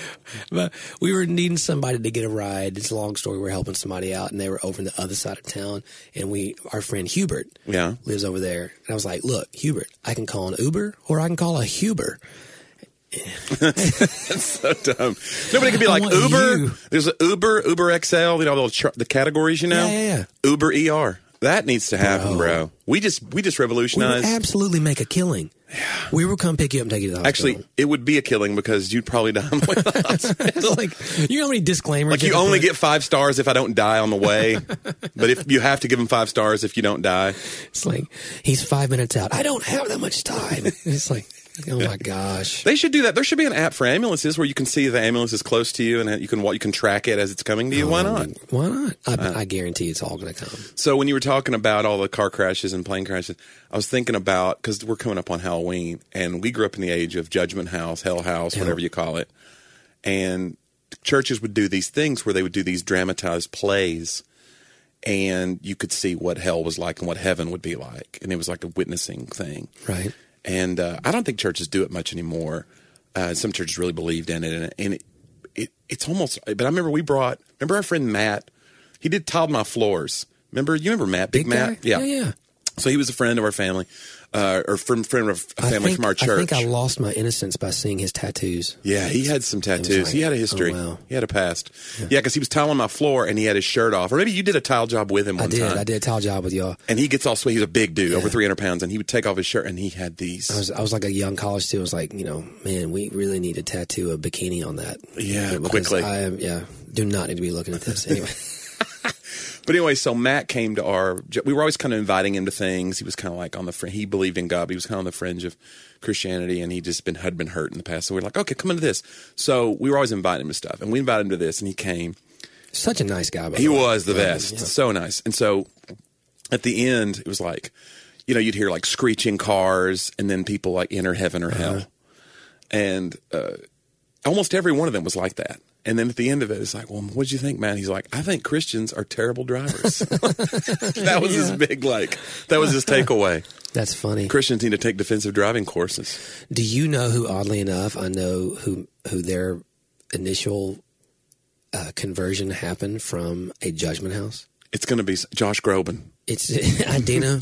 Speaker 1: but we were needing somebody to get a ride. It's a long story. We were helping somebody out, and they were over on the other side of town. And we, our friend Hubert,
Speaker 2: Yeah.
Speaker 1: lives over there. And I was like, "Look, Hubert, I can call an Uber, or I can call a Huber."
Speaker 2: So dumb. Nobody could be like
Speaker 1: want
Speaker 2: Uber.
Speaker 1: you.
Speaker 2: There's a Uber, Uber XL. You know the, char- the categories. You know,
Speaker 1: Yeah, yeah,
Speaker 2: Uber ER. That needs to happen, bro. We just we just
Speaker 1: We would
Speaker 2: revolutionized.
Speaker 1: absolutely make a killing. We would come pick you up and take you to the hospital.
Speaker 2: Actually, it would be a killing because you'd probably die. On the way to the hospital.
Speaker 1: it's like you know how many disclaimers.
Speaker 2: Like you
Speaker 1: have to
Speaker 2: only
Speaker 1: put?
Speaker 2: get five stars if I don't die on the way, but if you have to give them five stars if you don't die.
Speaker 1: It's like he's five minutes out. I don't have that much time. It's like, oh my gosh.
Speaker 2: They should do that. There should be an app for ambulances where you can see the ambulance is close to you and you can wa- you can track it as it's coming to you.
Speaker 1: Oh
Speaker 2: Why not?
Speaker 1: Why not?
Speaker 2: Uh.
Speaker 1: I, I guarantee it's all going to come.
Speaker 2: So when you were talking about all the car crashes and plane crashes, I was thinking about because we're coming up on Halloween and we grew up in the age of Judgment House, Hell House, whatever you call it, and churches would do these things where they would do these dramatized plays, and you could see what hell was like and what heaven would be like, and it was like a witnessing thing.
Speaker 1: Right.
Speaker 2: and uh, I don't think churches do it much anymore. Uh, some churches really believed in it, and, and it, it it's almost. But I remember we brought. Remember our friend Matt? He did tiled my floors. Remember you remember Matt? Big,
Speaker 1: guy?
Speaker 2: Matt?
Speaker 1: Yeah, yeah.
Speaker 2: So he was a friend of our family, uh, or from friend of a
Speaker 1: I
Speaker 2: family
Speaker 1: think-
Speaker 2: from our
Speaker 1: I
Speaker 2: church.
Speaker 1: think I lost my innocence by seeing his tattoos.
Speaker 2: Yeah, he had some tattoos.
Speaker 1: like,
Speaker 2: he had a history.
Speaker 1: oh, wow.
Speaker 2: He had a past. Yeah, because he was tiling my floor and he had his shirt off. Or maybe you did a tile job with him one
Speaker 1: I did.
Speaker 2: time.
Speaker 1: I did a towel job with y'all.
Speaker 2: And he gets all sweet. He's a big dude, over 300 pounds. And he would take off his shirt and he had these.
Speaker 1: I was, I was like a young college student. I was like, you know, man, we really need to tattoo a bikini on that.
Speaker 2: Yeah,
Speaker 1: because
Speaker 2: quickly.
Speaker 1: I am, yeah, do not need to be looking at this. Anyway,
Speaker 2: But anyway, so Matt came to our. We were always kind of inviting him to things. He was kind of like on the fringe. He believed in God, but he was kind of on the fringe of Christianity, and he just been had been hurt in the past. So we are like, okay, come into this. So we were always inviting him to stuff, and we invited him to this, and he came.
Speaker 1: such a nice guy. By
Speaker 2: He
Speaker 1: the way.
Speaker 2: was the best, so nice. And so at the end, it was like, you know, you'd hear like screeching cars, and then people like enter heaven or hell,
Speaker 1: Uh-huh.
Speaker 2: and uh, almost every one of them was like that. And then at the end of it, it's like, well, what'd you think, man? He's like, I think Christians are terrible drivers. that was his big like. That was his takeaway.
Speaker 1: That's funny.
Speaker 2: Christians need to take defensive driving courses.
Speaker 1: Do you know who? Oddly enough, I know who who their initial uh, conversion happened from a judgment house.
Speaker 2: It's going to be s- Josh Groban.
Speaker 1: It's Adina,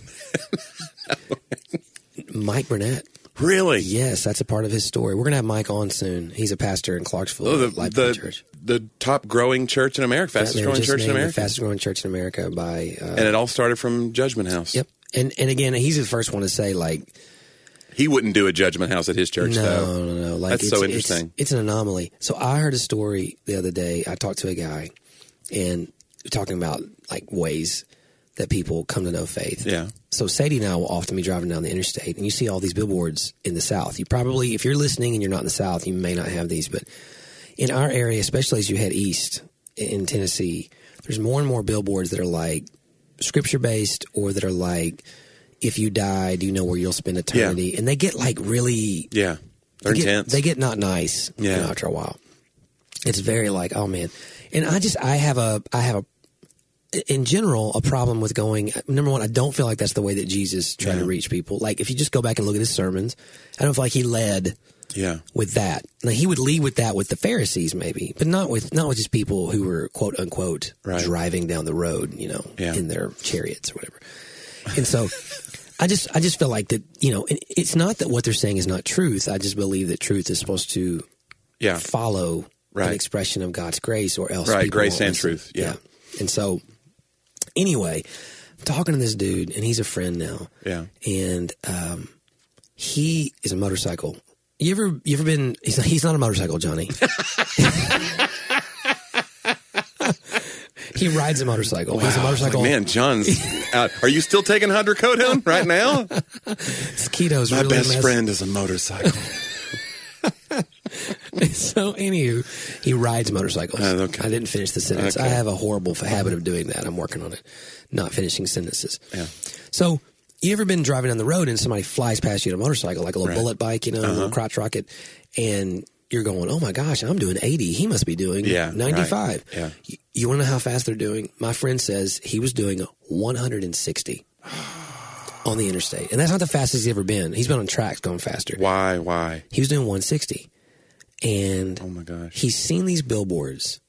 Speaker 1: Mike Burnett.
Speaker 2: Really?
Speaker 1: Yes, that's a part of his story. We're gonna have Mike on soon. He's a pastor in Clarksville,
Speaker 2: Oh,
Speaker 1: oh,
Speaker 2: the,
Speaker 1: Church.
Speaker 2: the, the top growing church in America, fastest
Speaker 1: They were
Speaker 2: growing
Speaker 1: just
Speaker 2: church in
Speaker 1: named the
Speaker 2: America.
Speaker 1: fastest growing church in America by. Uh,
Speaker 2: and it all started from Judgment House.
Speaker 1: yep. And and again, he's the first one to say like,
Speaker 2: He wouldn't do a Judgment House at his church, though.
Speaker 1: No, no, no. Like
Speaker 2: That's
Speaker 1: it's,
Speaker 2: so
Speaker 1: it's-
Speaker 2: interesting.
Speaker 1: It's, an anomaly. So I heard a story the other day. I talked to a guy, and talking about like ways that people come to know faith.
Speaker 2: Yeah.
Speaker 1: So Sadie and I will often be driving down the interstate, and you see all these billboards in the South. You probably, if you're listening and you're not in the South, you may not have these, but in our area, especially as you head east in Tennessee, there's more and more billboards that are like scripture based or that are like. If you die, do you know where you'll spend eternity? And they get like really
Speaker 2: Yeah. They're
Speaker 1: they get,
Speaker 2: intense.
Speaker 1: They get not nice. you
Speaker 2: Yeah.
Speaker 1: know, after a while, it's very like, oh man. And I just, I have a, I have a, in general, a problem with going. Number one, I don't feel like that's the way that Jesus tried to reach people. Like, if you just go back and look at his sermons, I don't feel like he led
Speaker 2: Yeah.
Speaker 1: with that. Now he would lead with that with the Pharisees maybe, but not with not with just people who were quote unquote
Speaker 2: Right.
Speaker 1: driving down the road, you know,
Speaker 2: Yeah.
Speaker 1: in their chariots or whatever. And so I just I just feel like that, you know, it, it's not that what they're saying is not truth. I just believe that truth is supposed to
Speaker 2: Yeah.
Speaker 1: follow
Speaker 2: Right.
Speaker 1: an expression of God's grace or else
Speaker 2: Right,
Speaker 1: people
Speaker 2: grace
Speaker 1: won't
Speaker 2: and
Speaker 1: listen.
Speaker 2: truth, yeah.
Speaker 1: And so anyway, I'm talking to this dude and he's a friend now
Speaker 2: Yeah.
Speaker 1: and um, he is a motorcycle. You ever you ever been? He's not, he's not a motorcycle, Johnny. he rides a motorcycle. He's a motorcycle.
Speaker 2: Like, man, John's out. Are you still taking hydrocodone right now?
Speaker 1: Mosquitoes.
Speaker 2: My
Speaker 1: really
Speaker 2: best
Speaker 1: mess-
Speaker 2: friend is a motorcycle.
Speaker 1: so anywho, he rides motorcycles.
Speaker 2: Uh, okay.
Speaker 1: I didn't finish the sentence. I have a horrible f- habit of doing that. I'm working on it, not finishing sentences.
Speaker 2: Yeah.
Speaker 1: So you ever been driving down the road and somebody flies past you on a motorcycle, like a little
Speaker 2: Right. Uh-huh.
Speaker 1: bullet bike, you know, a little crotch rocket, and you're going, "Oh my gosh, I'm doing 80. He must be doing
Speaker 2: Yeah, right.
Speaker 1: 95."
Speaker 2: Yeah.
Speaker 1: You, you want to know how fast they're doing? My friend says he was doing 160 on the interstate, and that's not the fastest he's ever been. He's been on tracks going faster.
Speaker 2: Why? Why?
Speaker 1: He was doing 160. And
Speaker 2: Oh my gosh.
Speaker 1: he's seen these billboards.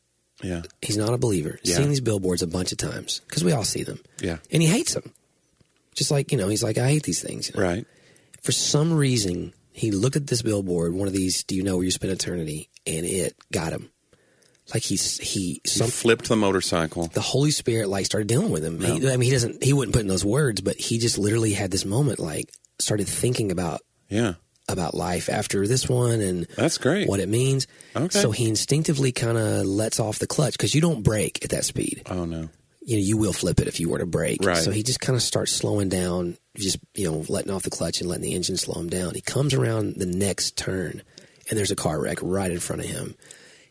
Speaker 2: Yeah.
Speaker 1: He's not a believer. He's
Speaker 2: Yeah.
Speaker 1: Seen these billboards a bunch of times because we all see them.
Speaker 2: Yeah.
Speaker 1: And he hates them. Just like, you know, he's like, I hate these things. you know.
Speaker 2: Right.
Speaker 1: For some reason, he looked at this billboard, one of these, do you know where you spend eternity? And it got him. Like he's, he,
Speaker 2: You
Speaker 1: some,
Speaker 2: flipped the motorcycle.
Speaker 1: the Holy Spirit like started dealing with him. He, I mean, he doesn't, he wouldn't put in those words, but he just literally had this moment, like started thinking about,
Speaker 2: Yeah.
Speaker 1: about life after this one and
Speaker 2: That's great.
Speaker 1: what it means.
Speaker 2: Okay.
Speaker 1: So he instinctively kind of lets off the clutch because you don't brake at that speed.
Speaker 2: Oh no.
Speaker 1: You know, you will flip it if you were to brake.
Speaker 2: Right.
Speaker 1: So he just kind of starts slowing down, just you know, letting off the clutch and letting the engine slow him down. He comes around the next turn, and there's a car wreck right in front of him,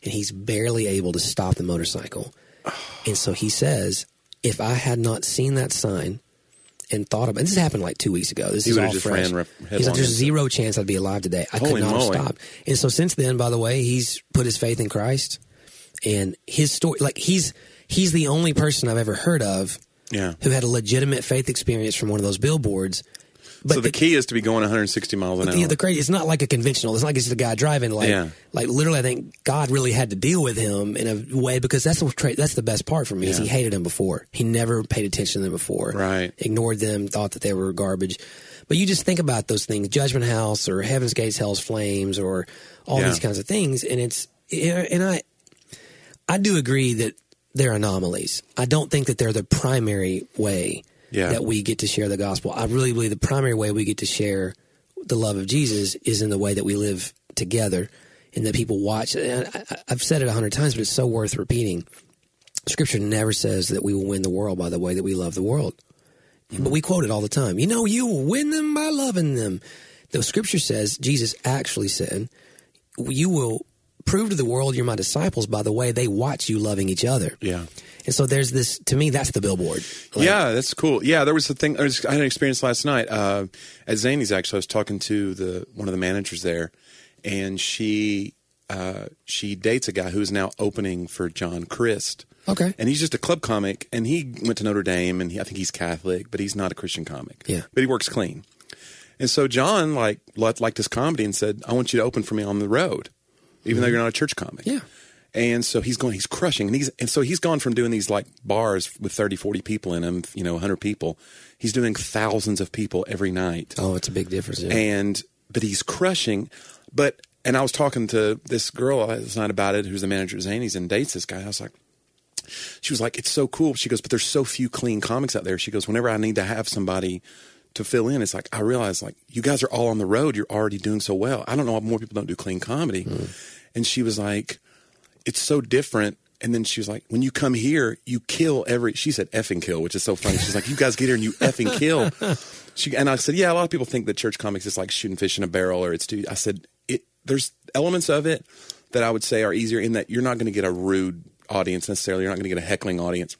Speaker 1: and he's barely able to stop the motorcycle. And so he says, "If I had not seen that sign." And thought about and this happened like two weeks ago. This
Speaker 2: He
Speaker 1: is
Speaker 2: would've
Speaker 1: all
Speaker 2: just
Speaker 1: fresh.
Speaker 2: ran rep-
Speaker 1: He's
Speaker 2: headlong
Speaker 1: like, "There's zero chance I'd be alive today. I
Speaker 2: Holy
Speaker 1: could not have
Speaker 2: moly.
Speaker 1: stopped." And so since then, by the way, he's put his faith in Christ, and his story, like he's he's the only person I've ever heard of
Speaker 2: Yeah.
Speaker 1: who had a legitimate faith experience from one of those billboards. But
Speaker 2: so the, key is to be going 160 miles an hour.
Speaker 1: the, the crazy, it's not like a conventional. It's not like it's the guy driving. Like,
Speaker 2: Yeah.
Speaker 1: like literally, I think God really had to deal with him in a way because that's the tra- that's the best part for me is
Speaker 2: Yeah.
Speaker 1: he hated him before. He never paid attention to them before.
Speaker 2: Right.
Speaker 1: Ignored them, thought that they were garbage. But you just think about those things: Judgment House or Heaven's Gates, Hell's Flames, or all
Speaker 2: Yeah.
Speaker 1: these kinds of things. And it's and I I do agree that they're anomalies. I don't think that they're the primary way
Speaker 2: Yeah.
Speaker 1: that we get to share the gospel. I really believe the primary way we get to share the love of Jesus is in the way that we live together and that people watch. And I, I- I've said it a hundred times, but it's so worth repeating. Scripture never says that we will win the world by the way that we love the world. But we quote it all the time. You know, you will win them by loving them. The scripture says, Jesus actually said, You will prove to the world you're my disciples by the way they watch you loving each other.
Speaker 2: yeah.
Speaker 1: And so there's this, to me, that's the billboard. Like,
Speaker 2: yeah, that's cool. Yeah, there was a thing. I, was, I had an experience last night uh, at Zany's. Actually, I was talking to the one of the managers there, and she uh, she dates a guy who is now opening for John Christ.
Speaker 1: Okay.
Speaker 2: and he's just a club comic, and he went to Notre Dame, and he, I think he's Catholic, but he's not a Christian comic.
Speaker 1: Yeah.
Speaker 2: but he works clean. And so John like liked, liked his comedy and said, "I want you to open for me on the road, even though you're not a church comic."
Speaker 1: Mm-hmm. Yeah.
Speaker 2: And so he's going, he's crushing. And, he's, and so he's gone from doing these like bars with 30, 40 people in them, you know, 100 people. He's doing thousands of people every night.
Speaker 1: Oh, it's a big difference. yeah.
Speaker 2: And, but he's crushing. But, and I was talking to this girl last night about it, who's the manager of Zany's and dates this guy. I was like, she was like, it's so cool. She goes, but there's so few clean comics out there. She goes, whenever I need to have somebody to fill in, it's like, I realize like you guys are all on the road. You're already doing so well. I don't know why more people don't do clean comedy. And she was like, it's so different. And then she was like, when you come here, you kill every, she said effing kill, which is so funny. She's like, you guys get here and you effing kill. She, and I said, yeah, a lot of people think that church comics is like shooting fish in a barrel or it's too, I said, it, there's elements of it that I would say are easier in that you're not going to get a rude audience necessarily. You're not going to get a heckling audience,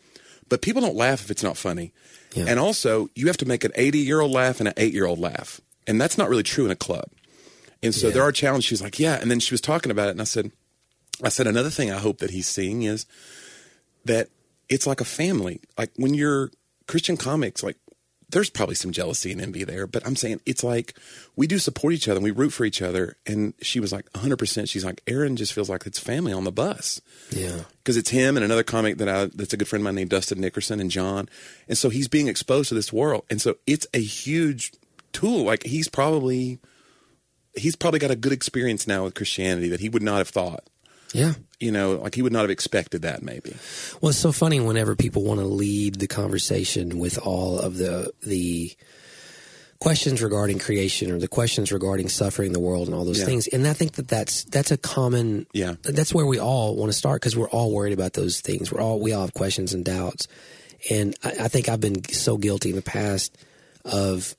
Speaker 2: but people don't laugh if it's not funny.
Speaker 1: Yeah.
Speaker 2: And also you have to make an 80 year old laugh and an eight year old laugh. And that's not really true in a club. And so
Speaker 1: Yeah.
Speaker 2: there are challenges. She's like, yeah. And then she was talking about it. And I said, I said, another thing I hope that he's seeing is that it's like a family. Like when you're Christian comics, like there's probably some jealousy and envy there, but I'm saying it's like we do support each other and we root for each other. And she was like 100%. She's like, Aaron just feels like it's family on the bus
Speaker 1: Yeah.
Speaker 2: because it's him and another comic that I that's a good friend of mine named Dustin Nickerson and John, and so he's being exposed to this world, and so it's a huge tool. Like he's probably he's probably got a good experience now with Christianity that he would not have thought.
Speaker 1: Yeah.
Speaker 2: You know, like he would not have expected that maybe.
Speaker 1: Well, it's so funny whenever people want to lead the conversation with all of the the questions regarding creation or the questions regarding suffering the world and all those
Speaker 2: Yeah.
Speaker 1: things. And I think that that's that's a common
Speaker 2: Yeah.
Speaker 1: that's where we all want to start because we're all worried about those things. We're all we all have questions and doubts. And I, I think I've been so guilty in the past of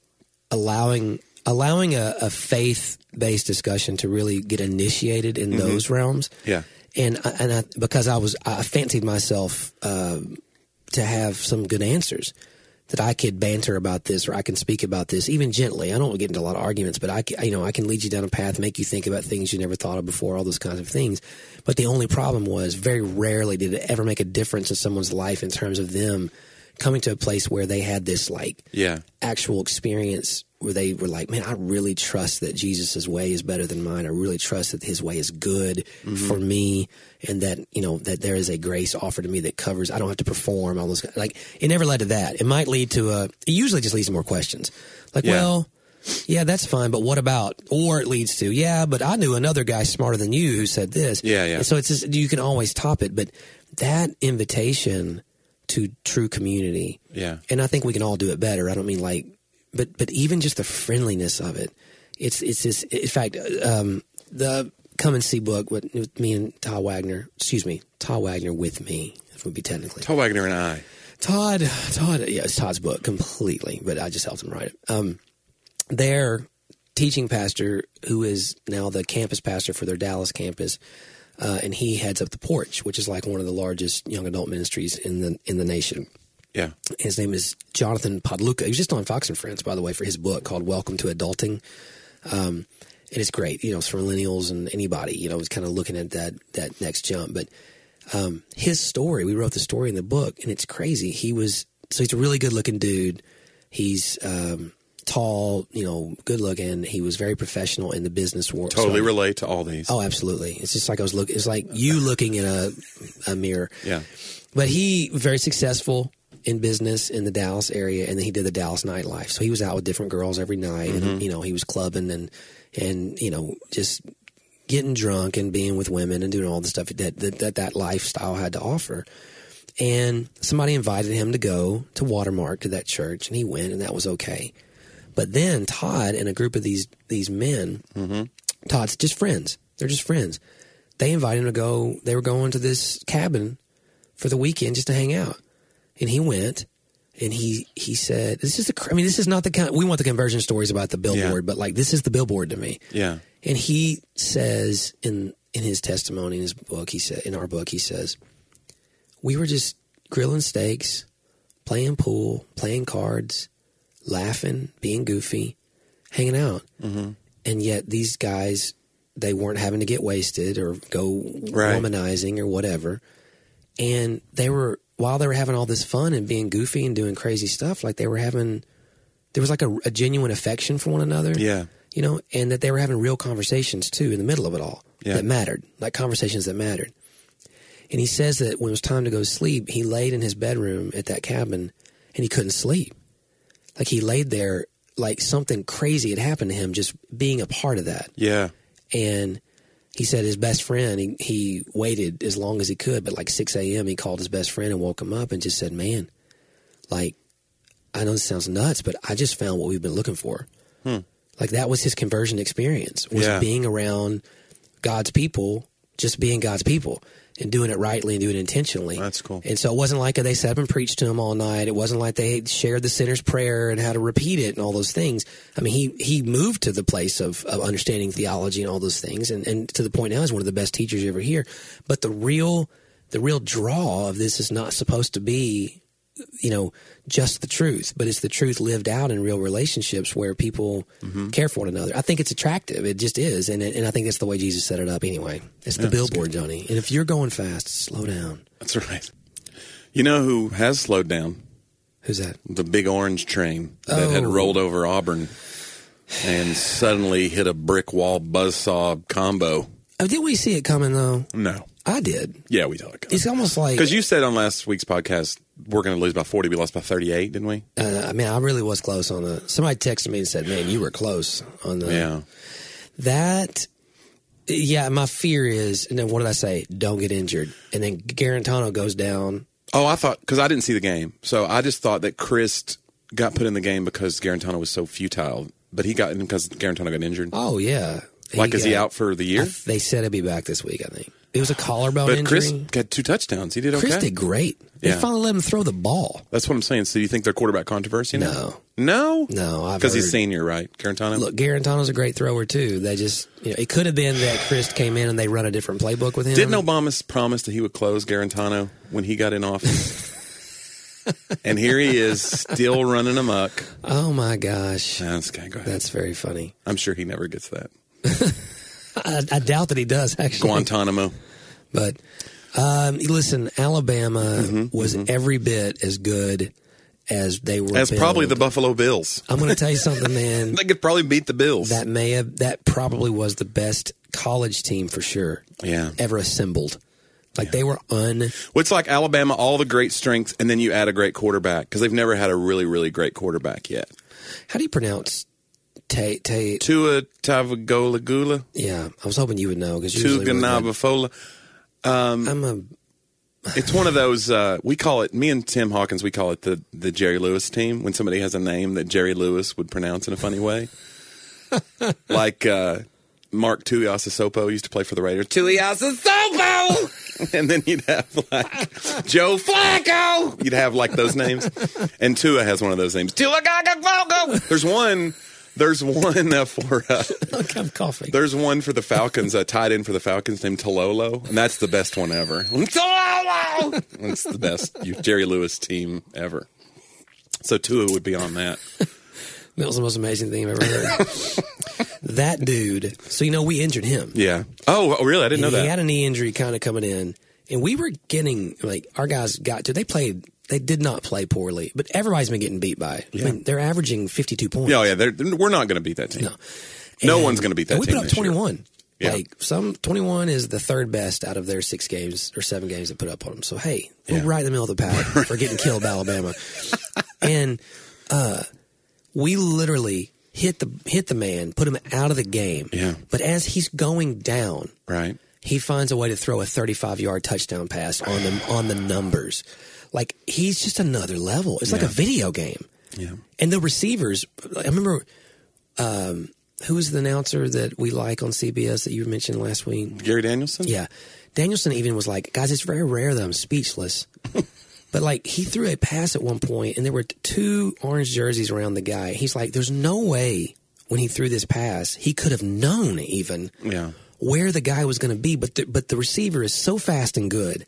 Speaker 1: allowing allowing a, a faith based discussion to really get initiated in those realms
Speaker 2: Mm-hmm. Yeah.
Speaker 1: and I, and I, because I was I fancied myself um to have some good answers that I could banter about this or I can speak about this even gently. I don't get into a lot of arguments, but I ca- you know I can lead you down a path, make you think about things you never thought of before, all those kinds of things. But the only problem was very rarely did it ever make a difference in someone's life in terms of them coming to a place where they had this like
Speaker 2: Yeah.
Speaker 1: actual experience where they were like, man, I really trust that Jesus' way is better than mine. I really trust that his way is good
Speaker 2: Mm-hmm.
Speaker 1: for me and that, you know, that there is a grace offered to me that covers, I don't have to perform all those. Like, it never led to that. It might lead to a, it usually just leads to more questions. Like,
Speaker 2: Yeah.
Speaker 1: well, yeah, that's fine, but what about? Or it leads to, yeah, but I knew another guy smarter than you who said this.
Speaker 2: Yeah, yeah.
Speaker 1: And so it's just, you can always top it, but that invitation to true community
Speaker 2: Yeah.
Speaker 1: and I think we can all do it better. I don't mean like, but but even just the friendliness of it, it's it's this. In fact, um, the come and see book with, with me and Todd Wagner. Excuse me, Todd Wagner with me. It would be technically
Speaker 2: Paul Wagner and I.
Speaker 1: Todd. Todd. Yeah, it's Todd's book completely, but I just helped him write it. Um, their teaching pastor, who is now the campus pastor for their Dallas campus, uh, and he heads up the porch, which is like one of the largest young adult ministries in the in the nation.
Speaker 2: Yeah.
Speaker 1: His name is Jonathan Podluca. He was just on Fox and Friends, by the way, for his book called Welcome to Adulting. Um, and it's great, you know, it's for millennials and anybody, you know, it's kind of looking at that that next jump. But um, his story, we wrote the story in the book, and it's crazy. He was so he's a really good looking dude. He's um, tall, you know, good looking. He was very professional in the business world.
Speaker 2: Totally
Speaker 1: So-
Speaker 2: relate to all these.
Speaker 1: oh, absolutely. It's just like I was looking. It's like you looking in a a mirror.
Speaker 2: Yeah.
Speaker 1: But he very successful in business in the Dallas area, and then he did the Dallas nightlife. So he was out with different girls every night, and you know he was clubbing and and you know just getting drunk and being with women and doing all the stuff that that that, that lifestyle had to offer. And somebody invited him to go to Watermark to that church, and he went, and that was okay. But then Todd and a group of these these men, Todd's just friends. They're just friends. They invited him to go. They were going to this cabin for the weekend just to hang out. And he went and he he said, "This is the cr- I mean, this is not the kind we want the conversion stories about the billboard, but like this is the billboard to me."
Speaker 2: Yeah.
Speaker 1: And he says in in his testimony in his book, he said in our book, he says, "We were just grilling steaks, playing pool, playing cards, laughing, being goofy, hanging out." Mm-hmm. And yet these guys, they weren't having to get wasted or go
Speaker 2: Right.
Speaker 1: womanizing or whatever. And they were while they were having all this fun and being goofy and doing crazy stuff, like they were having there was like a, a genuine affection for one another
Speaker 2: Yeah.
Speaker 1: you know, and that they were having real conversations too in the middle of it all
Speaker 2: Yeah.
Speaker 1: that mattered, like conversations that mattered. And he says that when it was time to go to sleep, he laid in his bedroom at that cabin and he couldn't sleep. Like he laid there like something crazy had happened to him just being a part of that
Speaker 2: Yeah.
Speaker 1: and he said his best friend he, he waited as long as he could but like 6 a.m he called his best friend and woke him up and just said man like i know this sounds nuts but i just found what we've been looking for like that was his conversion experience was
Speaker 2: Yeah.
Speaker 1: being around god's people just being god's people and doing it rightly and doing it intentionally
Speaker 2: That's cool.
Speaker 1: and so it wasn't like they sat up and preached to him all night. It wasn't like they shared the sinner's prayer and how to repeat it and all those things. I mean, he, he moved to the place of, of understanding theology and all those things. And, and to the point now, he's one of the best teachers you ever hear. But the real, the real draw of this is not supposed to be, you know, just the truth, but it's the truth lived out in real relationships where people
Speaker 2: Mm-hmm.
Speaker 1: care for one another. I think it's attractive. It just is. And, it, and I think that's the way Jesus set it up anyway. It's the billboard, Johnny. And if you're going fast, slow down.
Speaker 2: That's right. You know who has slowed down?
Speaker 1: Who's that?
Speaker 2: the big orange train that had
Speaker 1: Oh.
Speaker 2: rolled over Auburn and suddenly hit a brick wall buzzsaw combo.
Speaker 1: Oh, did we see it coming though?
Speaker 2: No.
Speaker 1: I did.
Speaker 2: Yeah, we saw it coming.
Speaker 1: It's almost like
Speaker 2: Because you said on last week's podcast, we're going to lose by 40. We lost by 38, didn't we?
Speaker 1: uh, I mean, I really was close on the. Somebody texted me and said, "Man, you were close on the."
Speaker 2: Yeah.
Speaker 1: That. Yeah, my fear is, and then what did I say? Don't get injured, and then Garantano goes down.
Speaker 2: Oh, I thought, because I didn't see the game. So I just thought that Chris got put in the game because Garantano was so futile. But he got in because Garantano got injured.
Speaker 1: Oh yeah,
Speaker 2: Like, is he
Speaker 1: got-
Speaker 2: out for the year?
Speaker 1: I th- they said he'd be back this week. I think it was a collarbone
Speaker 2: But
Speaker 1: injury.
Speaker 2: Chris got two touchdowns. He did okay.
Speaker 1: Chris did great. They
Speaker 2: Yeah.
Speaker 1: finally let him throw the ball.
Speaker 2: That's what I'm saying. So you think they're quarterback controversy now? No.
Speaker 1: No, I've
Speaker 2: Because he's
Speaker 1: heard-
Speaker 2: senior, right? Garantano?
Speaker 1: Look, Garantano's a great thrower too. They just, you know, it could have been that Chris came in and they run a different playbook with him.
Speaker 2: Didn't Obama s- promise that he would close Garantano when he got in office? and here he is, still running amok.
Speaker 1: Oh my gosh,
Speaker 2: That's okay, go ahead.
Speaker 1: that's very funny.
Speaker 2: I'm sure he never gets that.
Speaker 1: I, I doubt that he does actually.
Speaker 2: Guantanamo.
Speaker 1: But um, listen, Alabama
Speaker 2: Mm-hmm,
Speaker 1: was every bit as good as they were.
Speaker 2: That's probably the
Speaker 1: billed.
Speaker 2: Buffalo Bills.
Speaker 1: I'm going to tell you something, man.
Speaker 2: They could probably beat the Bills.
Speaker 1: that may have that probably was the best college team for sure.
Speaker 2: Yeah.
Speaker 1: ever assembled. Like they were un.
Speaker 2: What's like Alabama, all the great strengths, and then you add a great quarterback because they've never had a really, really great quarterback yet.
Speaker 1: How do you pronounce Tate? Tate?
Speaker 2: Tua Tagovailoa,
Speaker 1: yeah, I was hoping you would know because
Speaker 2: Tua
Speaker 1: usually we're good.
Speaker 2: Ganabafola.
Speaker 1: I'm a
Speaker 2: It's one of those uh, we call it. Me and Tim Hawkins, we call it the the Jerry Lewis team. When somebody has a name that Jerry Lewis would pronounce in a funny way, like uh, Mark Tuiasosopo used to play for the Raiders. Tuiasosopo, and then you'd have like Joe Flacco. You'd have like those names, and Tua has one of those names. Tua Gagafogo. There's one. There's one uh, for uh,
Speaker 1: look. I'm coughing.
Speaker 2: there's one for the Falcons, a tight end for the Falcons named Tololo, and that's the best one ever. Tololo! That's the best you- Jerry Lewis team ever. So Tua would be on that.
Speaker 1: That was the most amazing thing I've ever heard. that dude. So you know we injured him.
Speaker 2: Yeah. Oh, oh, really? I didn't know
Speaker 1: he
Speaker 2: that.
Speaker 1: had a knee injury kind of coming in, and we were getting like our guys got to. They played. They did not play poorly, but everybody's been getting beat by. I mean, they're averaging 52 points.
Speaker 2: Yeah, oh, yeah. They're, they're- we're not going to beat that team.
Speaker 1: No.
Speaker 2: No
Speaker 1: And-
Speaker 2: one's gonna beat that
Speaker 1: and We
Speaker 2: team
Speaker 1: put up
Speaker 2: this year.
Speaker 1: 21.
Speaker 2: Yeah.
Speaker 1: Like some 21 is the third best out of their six games or seven games that put up on them. So hey, we're
Speaker 2: Yeah.
Speaker 1: right in the middle of the pack. we're getting killed by Alabama, and uh, we literally hit the hit the man, put him out of the game.
Speaker 2: Yeah.
Speaker 1: But as he's going down,
Speaker 2: Right.
Speaker 1: he finds a way to throw a 35 yard touchdown pass on the on the numbers. Like he's just another level. It's like a video game.
Speaker 2: Yeah.
Speaker 1: And the receivers, I remember, um, who was the announcer that we like on CBS that you mentioned last week?
Speaker 2: Gary Danielson?
Speaker 1: Yeah. Danielson even was like, guys, it's very rare that I'm speechless. but like, he threw a pass at one point, and there were two orange jerseys around the guy. He's like, there's no way when he threw this pass, he could have known even
Speaker 2: Yeah.
Speaker 1: where the guy was going to be, but the, but the receiver is so fast and good,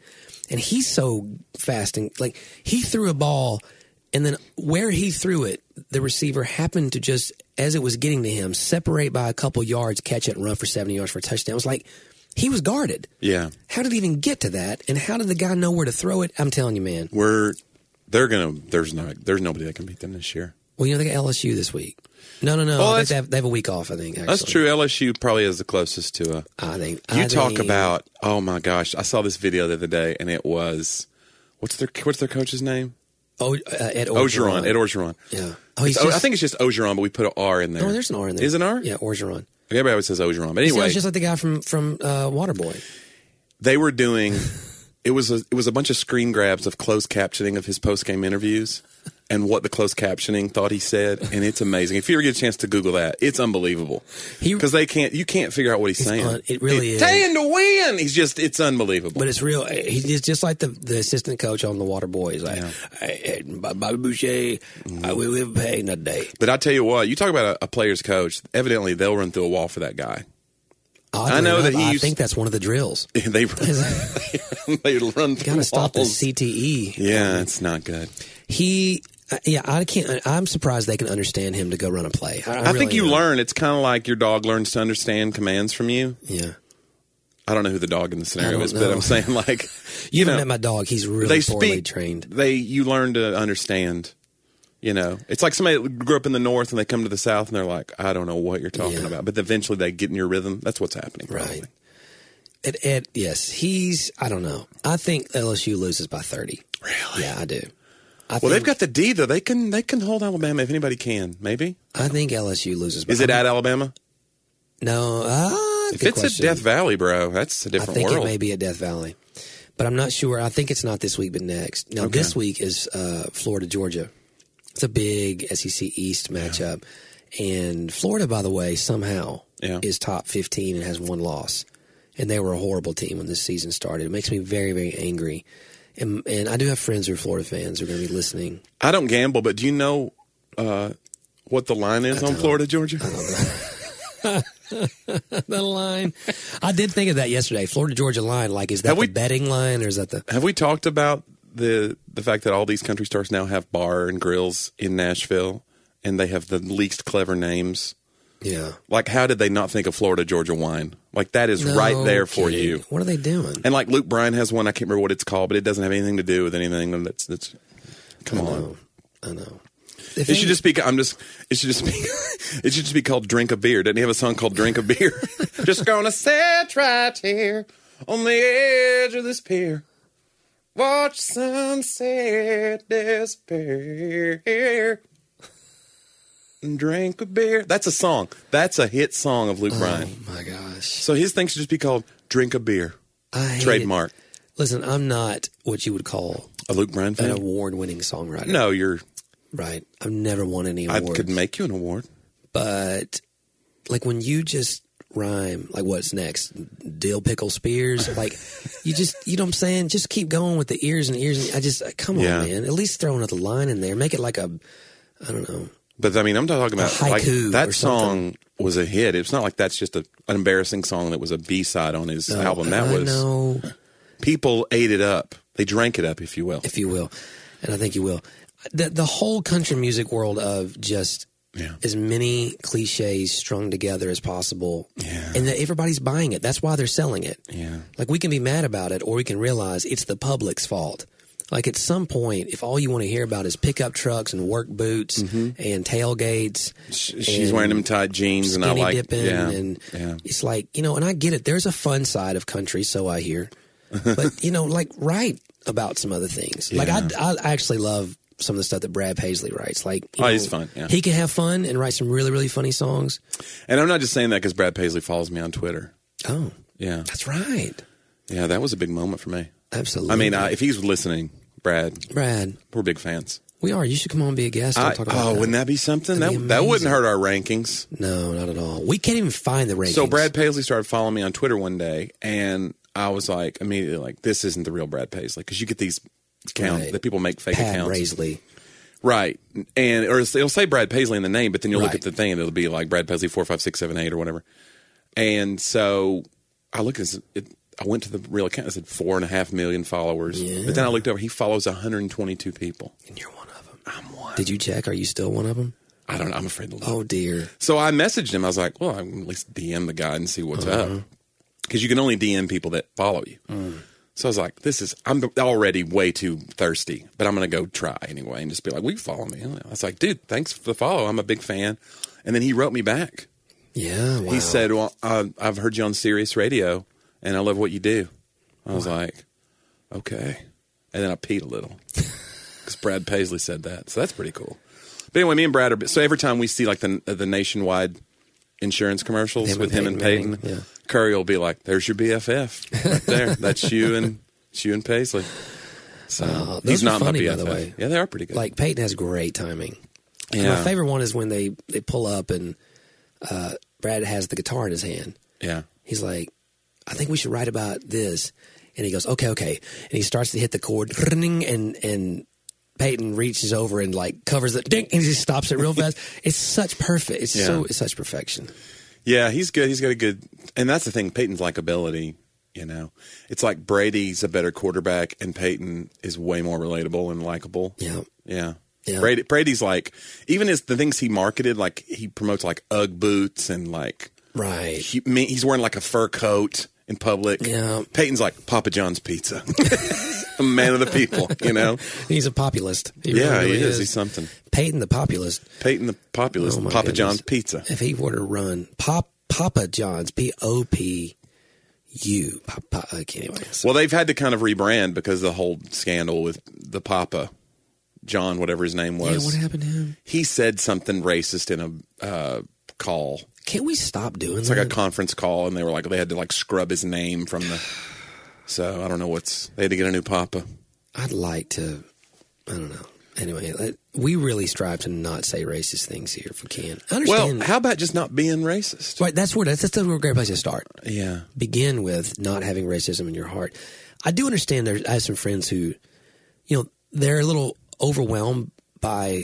Speaker 1: and he's so fast and like he threw a ball, and then where he threw it, the receiver happened to just as it was getting to him, separate by a couple yards, catch it, and run for seventy yards for a touchdown. It was like he was guarded.
Speaker 2: Yeah.
Speaker 1: How did he even get to that? And how did the guy know where to throw it? I'm telling you, man.
Speaker 2: We're. They're gonna. There's not. There's nobody that can beat them this year.
Speaker 1: Well, you know they got LSU this week. No, no, no.
Speaker 2: Oh,
Speaker 1: I
Speaker 2: that's-
Speaker 1: think they have, they have a week off. I think actually.
Speaker 2: That's true. LSU probably is the closest to a.
Speaker 1: I think
Speaker 2: You
Speaker 1: I
Speaker 2: talk
Speaker 1: think-
Speaker 2: about oh my gosh! I saw this video the other day, and it was what's their what's their coach's name?
Speaker 1: oh, uh, Ed
Speaker 2: Ogeron.
Speaker 1: Orgeron.
Speaker 2: Ed Orgeron.
Speaker 1: Yeah. Oh, he's
Speaker 2: Oh,
Speaker 1: just,
Speaker 2: I think it's just Ogeron, but we put an R in there.
Speaker 1: Oh, there's an R in there.
Speaker 2: Is an R?
Speaker 1: Yeah, Orgeron.
Speaker 2: Everybody always says Ogeron, but
Speaker 1: He
Speaker 2: anyway,
Speaker 1: Sounds just like the guy from from uh, Waterboy.
Speaker 2: they were doing. It was a, it was a bunch of screen grabs of closed captioning of his post game interviews and what the closed captioning thought he said, and it's amazing. If you ever get a chance to Google that, it's unbelievable
Speaker 1: He-
Speaker 2: because they can't you can't figure out what he's saying.
Speaker 1: un- it really is.
Speaker 2: Saying to win, he's just it's unbelievable.
Speaker 1: But it's real. He's just, just like the, the assistant coach on the Waterboy. He's like, hey, hey, Bobby Boucher,
Speaker 2: Mm-hmm.
Speaker 1: I, we live pain a day.
Speaker 2: But I tell you what, you talk about a, a player's coach. Evidently, they'll run through a wall for that guy.
Speaker 1: Oddly
Speaker 2: I know
Speaker 1: enough,
Speaker 2: that he
Speaker 1: I
Speaker 2: used-
Speaker 1: think that's one of the drills.
Speaker 2: they they run through
Speaker 1: Gotta
Speaker 2: walls.
Speaker 1: stop the CTE.
Speaker 2: Yeah, it's not good.
Speaker 1: He, uh, yeah, I can't. I'm surprised they can understand him to go run a play. I, I
Speaker 2: I,
Speaker 1: really
Speaker 2: think you
Speaker 1: am.
Speaker 2: learn. It's kind of like your dog learns to understand commands from you.
Speaker 1: Yeah,
Speaker 2: I don't know who the dog in the scenario
Speaker 1: don't
Speaker 2: is,
Speaker 1: know.
Speaker 2: but I'm saying like
Speaker 1: you haven't
Speaker 2: know,
Speaker 1: met my dog. He's really
Speaker 2: they
Speaker 1: poorly
Speaker 2: speak
Speaker 1: trained.
Speaker 2: They you learn to understand You know, it's like somebody that grew up in the north and they come to the south and they're like, I don't know what you're talking
Speaker 1: Yeah.
Speaker 2: about. But eventually they get in your rhythm. That's what's happening. probably.
Speaker 1: Right. Ed, Ed, yes, he's. I don't know. I think LSU loses by thirty.
Speaker 2: Really?
Speaker 1: Yeah, I do. I
Speaker 2: Well, they've
Speaker 1: think,
Speaker 2: got the D though. They can they can hold Alabama if anybody can. Maybe
Speaker 1: I think LSU loses. By
Speaker 2: is it at Alabama?
Speaker 1: No. Uh,
Speaker 2: If it's at Death Valley, bro, that's a
Speaker 1: I
Speaker 2: different
Speaker 1: think
Speaker 2: world.
Speaker 1: it may be at Death Valley, but I'm not sure. I think it's not this week, but next. Now, this week is uh, Florida Georgia. It's a big SEC East matchup, and Florida, by the way, somehow
Speaker 2: Yeah.
Speaker 1: is top 15 and has one loss, and they were a horrible team when this season started. It makes me very, very angry, and and I do have friends who are Florida fans who are going to be listening.
Speaker 2: I don't gamble, but do you know uh, what the line is on Florida, Georgia?
Speaker 1: The line, I did think of that yesterday. Florida Georgia line, like is that
Speaker 2: Have
Speaker 1: the
Speaker 2: we-
Speaker 1: betting line or is that the
Speaker 2: Have we talked about the the fact that all these country stars now have bar and grills in Nashville, and they have the least clever names?
Speaker 1: yeah?
Speaker 2: Like, how did they not think of Florida Georgia wine? Like, that is right
Speaker 1: No
Speaker 2: there for
Speaker 1: kidding.
Speaker 2: you.
Speaker 1: What are they doing?
Speaker 2: And like Luke Bryan has one, I can't remember what it's called, but it doesn't have anything to do with anything. That's that's. Come on,
Speaker 1: I know. If
Speaker 2: it should just be. I'm just. It should just be. it should just be called "Drink a Beer." Doesn't he have a song called "Drink a Beer"? just gonna sit right here on the edge of this pier, watch sunset disappear, and drink a beer. That's a song. That's a hit song of Luke Bryan.
Speaker 1: Oh my gosh.
Speaker 2: So his thing should just be called "Drink a Beer."
Speaker 1: I hate it.
Speaker 2: Trademark.
Speaker 1: Listen, I'm not what you would call
Speaker 2: A Luke Bryan fan.
Speaker 1: an award winning songwriter.
Speaker 2: No, you're.
Speaker 1: Right. I've never won any
Speaker 2: I
Speaker 1: awards.
Speaker 2: could make you an award.
Speaker 1: but like when you just rhyme like what's next dill pickle spears like you just you know what i'm saying just keep going with the ears and ears and i just come
Speaker 2: Yeah.
Speaker 1: on man at least throw another line in there make it like a i don't know
Speaker 2: But I mean, I'm talking about
Speaker 1: A
Speaker 2: like
Speaker 1: haiku or something.
Speaker 2: that song was a hit. It's not like that's just a, an embarrassing song that was a B side on his album. That
Speaker 1: I
Speaker 2: was
Speaker 1: know
Speaker 2: people ate it up. They drank it up, if you will.
Speaker 1: if you will, and I think you will. The the whole country music world of just
Speaker 2: Yeah.
Speaker 1: as many cliches strung together as possible, and that everybody's buying it. That's why they're selling it.
Speaker 2: yeah,
Speaker 1: Like we can be mad about it, or we can realize it's the public's fault. Like at some point, if all you want to hear about is pickup trucks and work boots
Speaker 2: Mm-hmm.
Speaker 1: and tailgates,
Speaker 2: Sh- she's wearing them tight jeans, and I
Speaker 1: skinny
Speaker 2: like
Speaker 1: dipping,
Speaker 2: yeah,
Speaker 1: and
Speaker 2: yeah.
Speaker 1: it's like you know, and I get it. There's a fun side of country, so I hear, but you know, like write about some other things. Like I, I actually love some of the stuff that Brad Paisley writes. Like, you
Speaker 2: Oh,
Speaker 1: know,
Speaker 2: he's fun, yeah.
Speaker 1: He can have fun and write some really, really funny songs.
Speaker 2: And I'm not just saying that because Brad Paisley follows me on Twitter.
Speaker 1: Oh,
Speaker 2: Yeah,
Speaker 1: that's right.
Speaker 2: yeah, that was a big moment for me.
Speaker 1: Absolutely.
Speaker 2: I mean, I, if he's listening, Brad,
Speaker 1: Brad,
Speaker 2: we're big fans.
Speaker 1: we are. You should come on and be a guest.
Speaker 2: I,
Speaker 1: and talk about
Speaker 2: oh,
Speaker 1: that.
Speaker 2: wouldn't that be something? That
Speaker 1: That'd be
Speaker 2: that wouldn't
Speaker 1: amazing.
Speaker 2: hurt our rankings.
Speaker 1: no, not at all. We can't even find the rankings.
Speaker 2: So Brad Paisley started following me on Twitter one day, and I was like immediately like, "This isn't the real Brad Paisley," because you get these accounts
Speaker 1: Right.
Speaker 2: that people make fake
Speaker 1: Pat
Speaker 2: accounts,
Speaker 1: Raisley.
Speaker 2: right? And or it'll say Brad Paisley in the name, but then you'll look
Speaker 1: Right.
Speaker 2: at the thing and it'll be like Brad Paisley four five six seven eight or whatever. And so I look at this, it, I went to the real account. I said four and a half million followers, but then I looked over. He follows one hundred and twenty two people.
Speaker 1: And you're one of them.
Speaker 2: I'm one.
Speaker 1: Did you check? Are you still one of them?
Speaker 2: I don't. know. I'm afraid to look.
Speaker 1: Oh dear.
Speaker 2: So I messaged him. I was like, well, I'm at least DM the guy and see what's up. Because you can only DM people that follow you. So I was like, this is, I'm already way too thirsty, but I'm going to go try anyway and just be like, will you follow me? And I was like, dude, thanks for the follow. I'm a big fan. And then he wrote me back.
Speaker 1: Yeah. Wow.
Speaker 2: He said, well, I, I've heard you on Sirius Radio and I love what you do. I was like, okay. And then I peed a little because Brad Paisley said that. So that's pretty cool. But anyway, me and Brad are so every time we see like the the nationwide insurance commercials
Speaker 1: Him and
Speaker 2: with him and
Speaker 1: Peyton
Speaker 2: Peyton,
Speaker 1: Manning, yeah.
Speaker 2: Curry will be like, "There's your BFF right there. That's you and it's you and Paisley." So
Speaker 1: Wow, those
Speaker 2: he's
Speaker 1: are
Speaker 2: not
Speaker 1: funny, by
Speaker 2: my BFF.
Speaker 1: the way.
Speaker 2: Yeah, they are pretty good.
Speaker 1: like Peyton has great timing. And
Speaker 2: yeah,
Speaker 1: My favorite one is when they they pull up and uh, Brad has the guitar in his hand.
Speaker 2: yeah.
Speaker 1: He's like, "I think we should write about this," and he goes, "Okay, okay," and he starts to hit the chord, and and Peyton reaches over and like covers the ding, and he just stops it real fast. It's such perfect. It's so
Speaker 2: Yeah.
Speaker 1: it's such perfection.
Speaker 2: Yeah, he's good. He's got a good, and that's the thing. Peyton's likability, you know, it's like Brady's a better quarterback, and Peyton is way more relatable and likable.
Speaker 1: Yeah.
Speaker 2: yeah.
Speaker 1: Yeah.
Speaker 2: Brady, Brady's like even his the things he marketed, like he promotes like UGG boots and like
Speaker 1: Right.
Speaker 2: he, me- he's wearing like a fur coat in public.
Speaker 1: Yeah.
Speaker 2: Peyton's like Papa John's pizza. a man of the people, you know?
Speaker 1: He's a populist. He
Speaker 2: yeah,
Speaker 1: really,
Speaker 2: he
Speaker 1: really
Speaker 2: is. He's something.
Speaker 1: Peyton the populist.
Speaker 2: Peyton the populist,
Speaker 1: Oh, my
Speaker 2: Papa
Speaker 1: goodness.
Speaker 2: John's Pizza.
Speaker 1: If he were to run, Pop Papa John's P O P U. Papa. Okay, anyways.
Speaker 2: Well, they've had to kind of rebrand because of the whole scandal with the Papa John, whatever his name
Speaker 1: yeah,
Speaker 2: was.
Speaker 1: what happened to him?
Speaker 2: he said something racist in a uh, call.
Speaker 1: Can't we stop doing
Speaker 2: It's
Speaker 1: that?
Speaker 2: like a conference call, and they were like, they had to like scrub his name from the. So I don't know what's. They had to get a new Papa.
Speaker 1: I'd like to. I don't know. Anyway, let- we really strive to not say racist things here if we can. I
Speaker 2: Well,
Speaker 1: understand.
Speaker 2: how about just not being racist?
Speaker 1: right, that's where that's, that's a great place to start.
Speaker 2: Yeah.
Speaker 1: begin with not having racism in your heart. I do understand there. I have some friends who, you know, they're a little overwhelmed by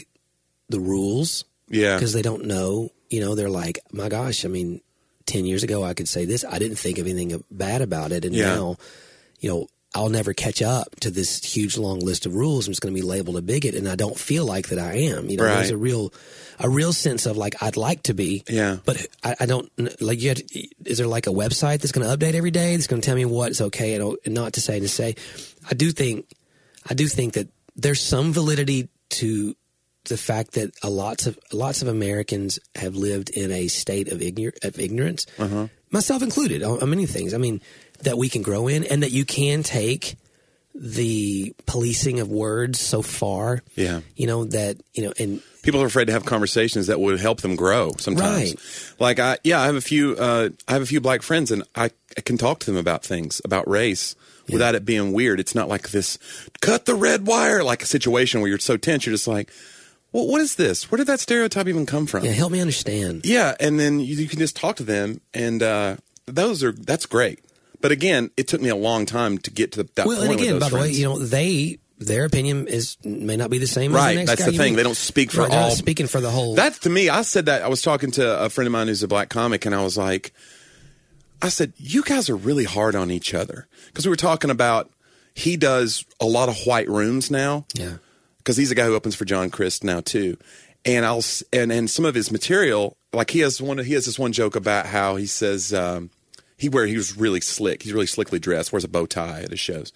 Speaker 1: the rules
Speaker 2: Yeah.
Speaker 1: because they don't know. You know, they're like, my gosh, I mean, 10 years ago I could say this. I didn't think of anything bad about it. And
Speaker 2: Yeah.
Speaker 1: now, you know, I'll never catch up to this huge long list of rules. I'm just going to be labeled a bigot. And I don't feel like that I am. You know,
Speaker 2: Right.
Speaker 1: there's a real, a real sense of like, I'd like to be.
Speaker 2: Yeah.
Speaker 1: But I, I don't kn- like. You have to, is there like a website that's going to update every day? That's going to tell me what's okay and, o- and not to say and to say. I do think, I do think that there's some validity to the fact that a lots of lots of Americans have lived in a state of ignor- of ignorance, myself included, on, on many things. I mean, that we can grow in, and that you can take the policing of words so far.
Speaker 2: Yeah.
Speaker 1: You know that you know and
Speaker 2: people are afraid to have conversations that would help them grow sometimes
Speaker 1: Right.
Speaker 2: like i yeah i have a few uh, i have a few black friends and i, I can talk to them about things about race without it being weird it's not like this cut the red wire like a situation where you're so tense you're just like well what is this where did that stereotype even come from
Speaker 1: yeah, help me understand.
Speaker 2: yeah, and then you, you can just talk to them, and uh, those are that's great. But again, it took me a long time to get to that
Speaker 1: Well,
Speaker 2: point.
Speaker 1: and again,
Speaker 2: with
Speaker 1: by
Speaker 2: those
Speaker 1: the way,
Speaker 2: friends.
Speaker 1: you know they their opinion is may not be the same. As
Speaker 2: Right,
Speaker 1: the next
Speaker 2: that's
Speaker 1: guy
Speaker 2: the
Speaker 1: you
Speaker 2: thing.
Speaker 1: meet.
Speaker 2: They don't speak for
Speaker 1: Right, they're not
Speaker 2: all-
Speaker 1: speaking for the whole.
Speaker 2: That to me, I said that I was talking to a friend of mine who's a black comic, and I was like, I said, you guys are really hard on each other because we were talking about he does a lot of white rooms now
Speaker 1: yeah,
Speaker 2: because he's a guy who opens for John Christ now too, and I'll s- and and some of his material like he has one he has this one joke about how he says um, he where he was really slick he's really slickly dressed wears a bow tie at his shows,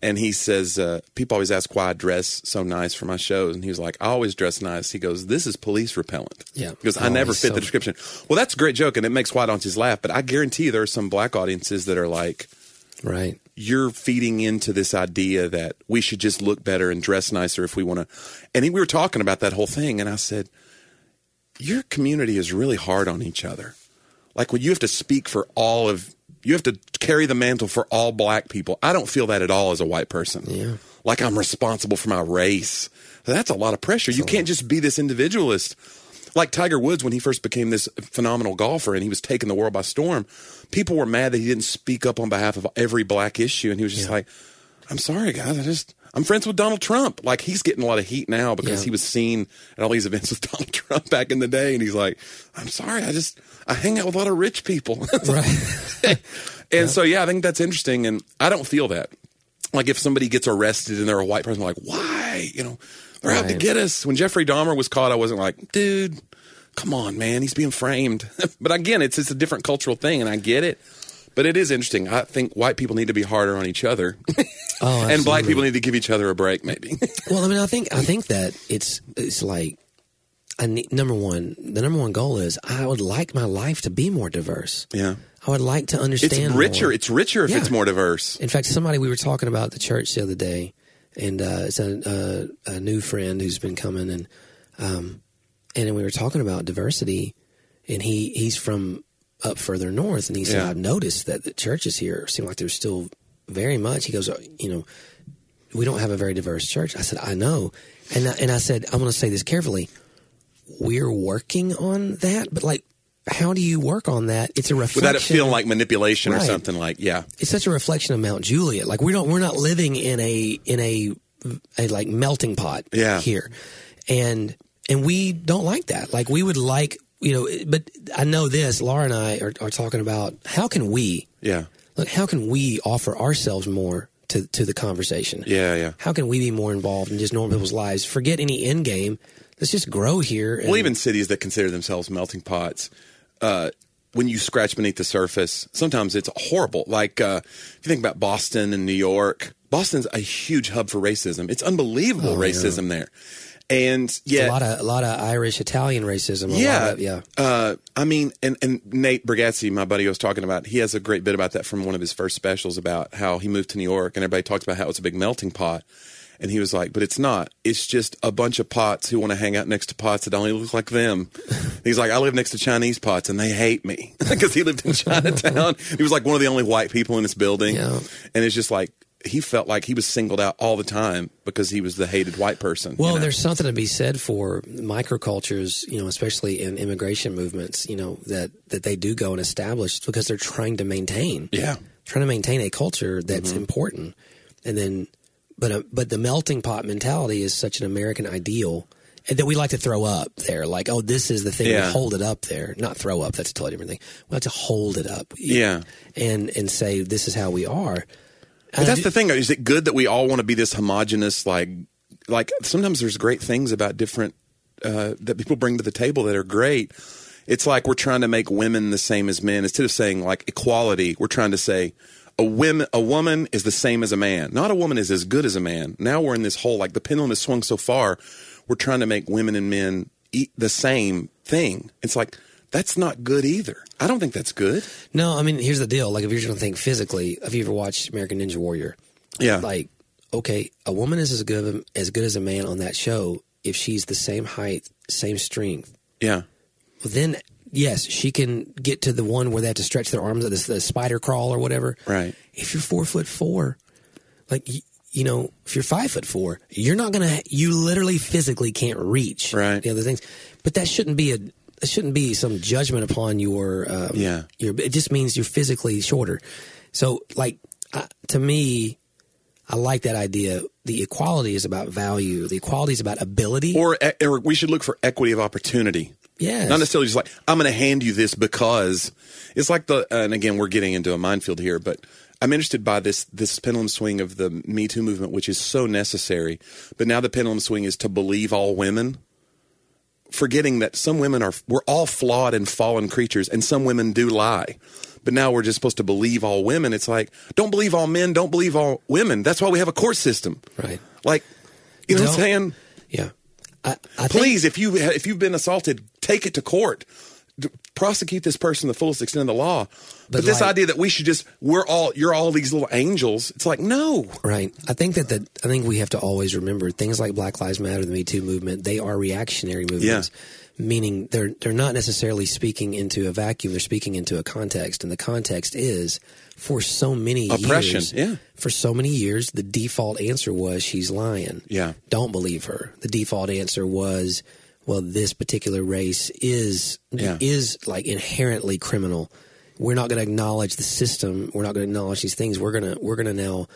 Speaker 2: and he says uh, people always ask why I dress so nice for my shows and he was like I always dress nice he goes this is police repellent
Speaker 1: Yeah.
Speaker 2: because I
Speaker 1: Oh,
Speaker 2: never
Speaker 1: he's
Speaker 2: fit
Speaker 1: so-
Speaker 2: the description well that's a great joke and it makes white audiences laugh but I guarantee you there are some black audiences that are like
Speaker 1: right.
Speaker 2: you're feeding into this idea that we should just look better and dress nicer if we want to. And we were talking about that whole thing, and I said, Your community is really hard on each other. Like when you have to speak for all of, you have to carry the mantle for all black people. I don't feel that at all as a white person.
Speaker 1: Yeah.
Speaker 2: Like I'm responsible for my race. That's a lot of pressure. You can't just be this individualist. Like Tiger Woods, when he first became this phenomenal golfer and he was taking the world by storm, people were mad that he didn't speak up on behalf of every black issue. And he was just like, I'm sorry, guys. I just, I'm friends with Donald Trump. Like, he's getting a lot of heat now because
Speaker 1: Yeah.
Speaker 2: he was seen at all these events with Donald Trump back in the day. And he's like, I'm sorry. I just, I hang out with a lot of rich people.
Speaker 1: Right.
Speaker 2: and so, yeah, I think that's interesting. And I don't feel that. Like, if somebody gets arrested and they're a white person, like, why? You know, they're out to
Speaker 1: Right.
Speaker 2: get us. When Jeffrey Dahmer was caught, I wasn't like, dude, come on, man, he's being framed. but again, it's it's a different cultural thing, and I get it. But it is interesting. I think white people need to be harder on each other,
Speaker 1: Oh,
Speaker 2: and black
Speaker 1: absolutely.
Speaker 2: people need to give each other a break, maybe.
Speaker 1: Well, I mean, I think I think that it's it's like I need, number one. The number one goal is I would like my life to be more diverse.
Speaker 2: yeah,
Speaker 1: I would like to understand.
Speaker 2: it's richer.
Speaker 1: more.
Speaker 2: It's richer if
Speaker 1: Yeah.
Speaker 2: it's more diverse.
Speaker 1: In fact, somebody we were talking about at the church the other day, and uh, it's a, a, a new friend who's been coming, and um, and we were talking about diversity, and he he's from up further north, and he said
Speaker 2: Yeah.
Speaker 1: I've noticed that the churches here seem like they're still very much. He goes, "Uh, you know, we don't have a very diverse church. I said, I know, and I, and I said I'm going to say this carefully. We're working on that, but like. How do you work on that? It's a reflection
Speaker 2: Without it feeling like manipulation or
Speaker 1: Right.
Speaker 2: something. Like, yeah,
Speaker 1: it's such a reflection of Mount Juliet. Like we don't we're not living in a in a a like melting pot
Speaker 2: Yeah.
Speaker 1: here. And and we don't like that. Like we would like you know, but I know this. Laura and I are, are talking about how can we
Speaker 2: yeah,
Speaker 1: look? How can we offer ourselves more to to the conversation?
Speaker 2: yeah, yeah.
Speaker 1: How can we be more involved in just normal people's lives? Forget any end game. Let's just grow here. And,
Speaker 2: Well, even cities that consider themselves melting pots, uh, when you scratch beneath the surface, sometimes it's horrible. Like uh, if you think about Boston and New York, Boston's a huge hub for racism. It's unbelievable
Speaker 1: Oh, yeah.
Speaker 2: racism there, and
Speaker 1: a
Speaker 2: yeah,
Speaker 1: lot of a lot of Irish Italian racism. A
Speaker 2: yeah,
Speaker 1: lot of, yeah.
Speaker 2: Uh, I mean, and and Nate Bargatze, my buddy, I was talking about. He has a great bit about that from one of his first specials about how he moved to New York, and everybody talks about how it's a big melting pot. And he was like, "But it's not. It's just a bunch of pots who want to hang out next to pots that only look like them." He's like, "I live next to Chinese pots, and they hate me because he lived in Chinatown. he was like one of the only white people in this building,
Speaker 1: Yeah.
Speaker 2: and it's just like." He felt like he was singled out all the time because he was the hated white person. you
Speaker 1: Well,
Speaker 2: know?
Speaker 1: there's something to be said for microcultures, you know, especially in immigration movements, you know, that that they do go and establish because they're trying to maintain,
Speaker 2: yeah, Mm-hmm.
Speaker 1: trying to maintain a culture that's important, and then, but uh, but the melting pot mentality is such an American ideal and that we like to throw up there, like oh, this is the thing,
Speaker 2: Yeah.
Speaker 1: we hold it up there, not throw up. That's a totally different thing. We like to hold it up,
Speaker 2: yeah.
Speaker 1: and and say this is how we are. Uh,
Speaker 2: But that's the thing. Is it good that we all want to be this homogenous? Like, like sometimes there's great things about different uh, that people bring to the table that are great. It's like we're trying to make women the same as men. Instead of saying like equality, we're trying to say a women a woman is the same as a man. Not a woman is as good as a man. Now we're in this whole like the pendulum has swung so far. We're trying to make women and men eat the same thing. It's like that's not good either. I don't think that's good.
Speaker 1: No, I mean, here's the deal. Like, if you're going to think physically, have you ever watched American Ninja Warrior?
Speaker 2: Yeah.
Speaker 1: Like, okay, a woman is as good as good as a man on that show if she's the same height, same strength.
Speaker 2: yeah.
Speaker 1: Well, then, yes, she can get to the one where they have to stretch their arms, the, the spider crawl or whatever.
Speaker 2: Right.
Speaker 1: If you're four foot four, like y- you know, if you're five foot four, you're not gonna. You literally physically can't reach
Speaker 2: Right.
Speaker 1: the other things. But that shouldn't be a. That shouldn't be some judgment upon your. Um,
Speaker 2: Yeah.
Speaker 1: Your. It just means you're physically shorter. So, like uh, to me, I like that idea. The equality is about value. The equality is about ability.
Speaker 2: Or, or we should look for equity of opportunity.
Speaker 1: yes.
Speaker 2: Not necessarily just like I'm going to hand you this because it's like the and again we're getting into a minefield here, but I'm interested by this this pendulum swing of the Me Too movement, which is so necessary. But now the pendulum swing is to believe all women, forgetting that some women are we're all flawed and fallen creatures, and some women do lie. But now we're just supposed to believe all women. It's like don't believe all men, don't believe all women. That's why we have a court system,
Speaker 1: Right.
Speaker 2: Like you know what I'm
Speaker 1: Don't-
Speaker 2: saying
Speaker 1: Yeah. I, I think-
Speaker 2: please if you if you've been assaulted take it to court D- prosecute this person to the fullest extent of the law but, this
Speaker 1: like-
Speaker 2: idea that we should just we're all you're all these little angels it's like no
Speaker 1: Right. I think that the, I think we have to always remember things like Black Lives Matter, the Me Too movement. They are reactionary movements, meaning they're they're not necessarily speaking into a vacuum. They're speaking into a context, and the context is for so many
Speaker 2: Oppression,
Speaker 1: Years,
Speaker 2: yeah.
Speaker 1: For so many years, the default answer was she's lying.
Speaker 2: Yeah.
Speaker 1: Don't believe her. The default answer was. Well, this particular race is
Speaker 2: Yeah.
Speaker 1: is like inherently criminal. We're not going to acknowledge the system. We're not going to acknowledge these things. We're gonna we're gonna now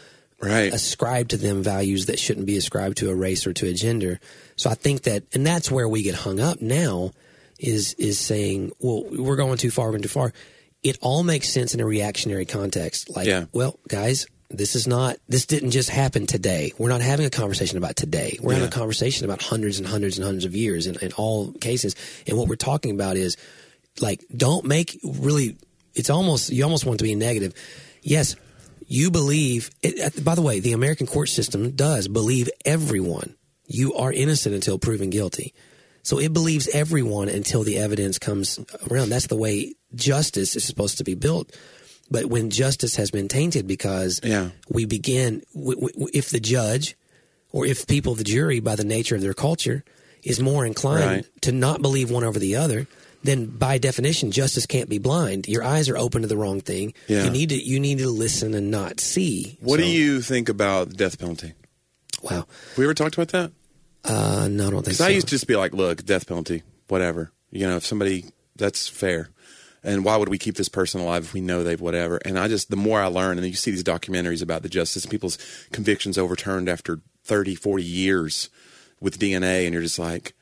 Speaker 2: right
Speaker 1: ascribe to them values that shouldn't be ascribed to a race or to a gender. So I think that, and that's where we get hung up now, is is saying, well, we're going too far, and too far. It all makes sense in a reactionary context. Like,
Speaker 2: Yeah.
Speaker 1: well, guys, this is not, this didn't just happen today. We're not having a conversation about today. We're having a conversation about hundreds and hundreds and hundreds of years in, in all cases. And what we're talking about is, like, don't make really, it's almost, you almost want it to be negative. Yes, you believe, it, uh, by the way, the American court system does believe everyone. You are innocent until proven guilty. So it believes everyone until the evidence comes around. That's the way justice is supposed to be built. But when justice has been tainted because
Speaker 2: Yeah.
Speaker 1: we begin, w- w- if the judge or if people, the jury, by the nature of their culture, is more inclined
Speaker 2: Right.
Speaker 1: to not believe one over the other, then by definition, justice can't be blind. Your eyes are open to the wrong thing.
Speaker 2: Yeah.
Speaker 1: You need to you need to listen and not see.
Speaker 2: what do
Speaker 1: So-
Speaker 2: you think about the death penalty
Speaker 1: Wow.
Speaker 2: we ever talked about that
Speaker 1: Uh, no, I don't think so.
Speaker 2: because i used to just be like look death penalty whatever you know if somebody that's fair and why would we keep this person alive if we know they've whatever and i just the more i learn and you see these documentaries about the justice people's convictions overturned after 30 40 years with dna and you're just like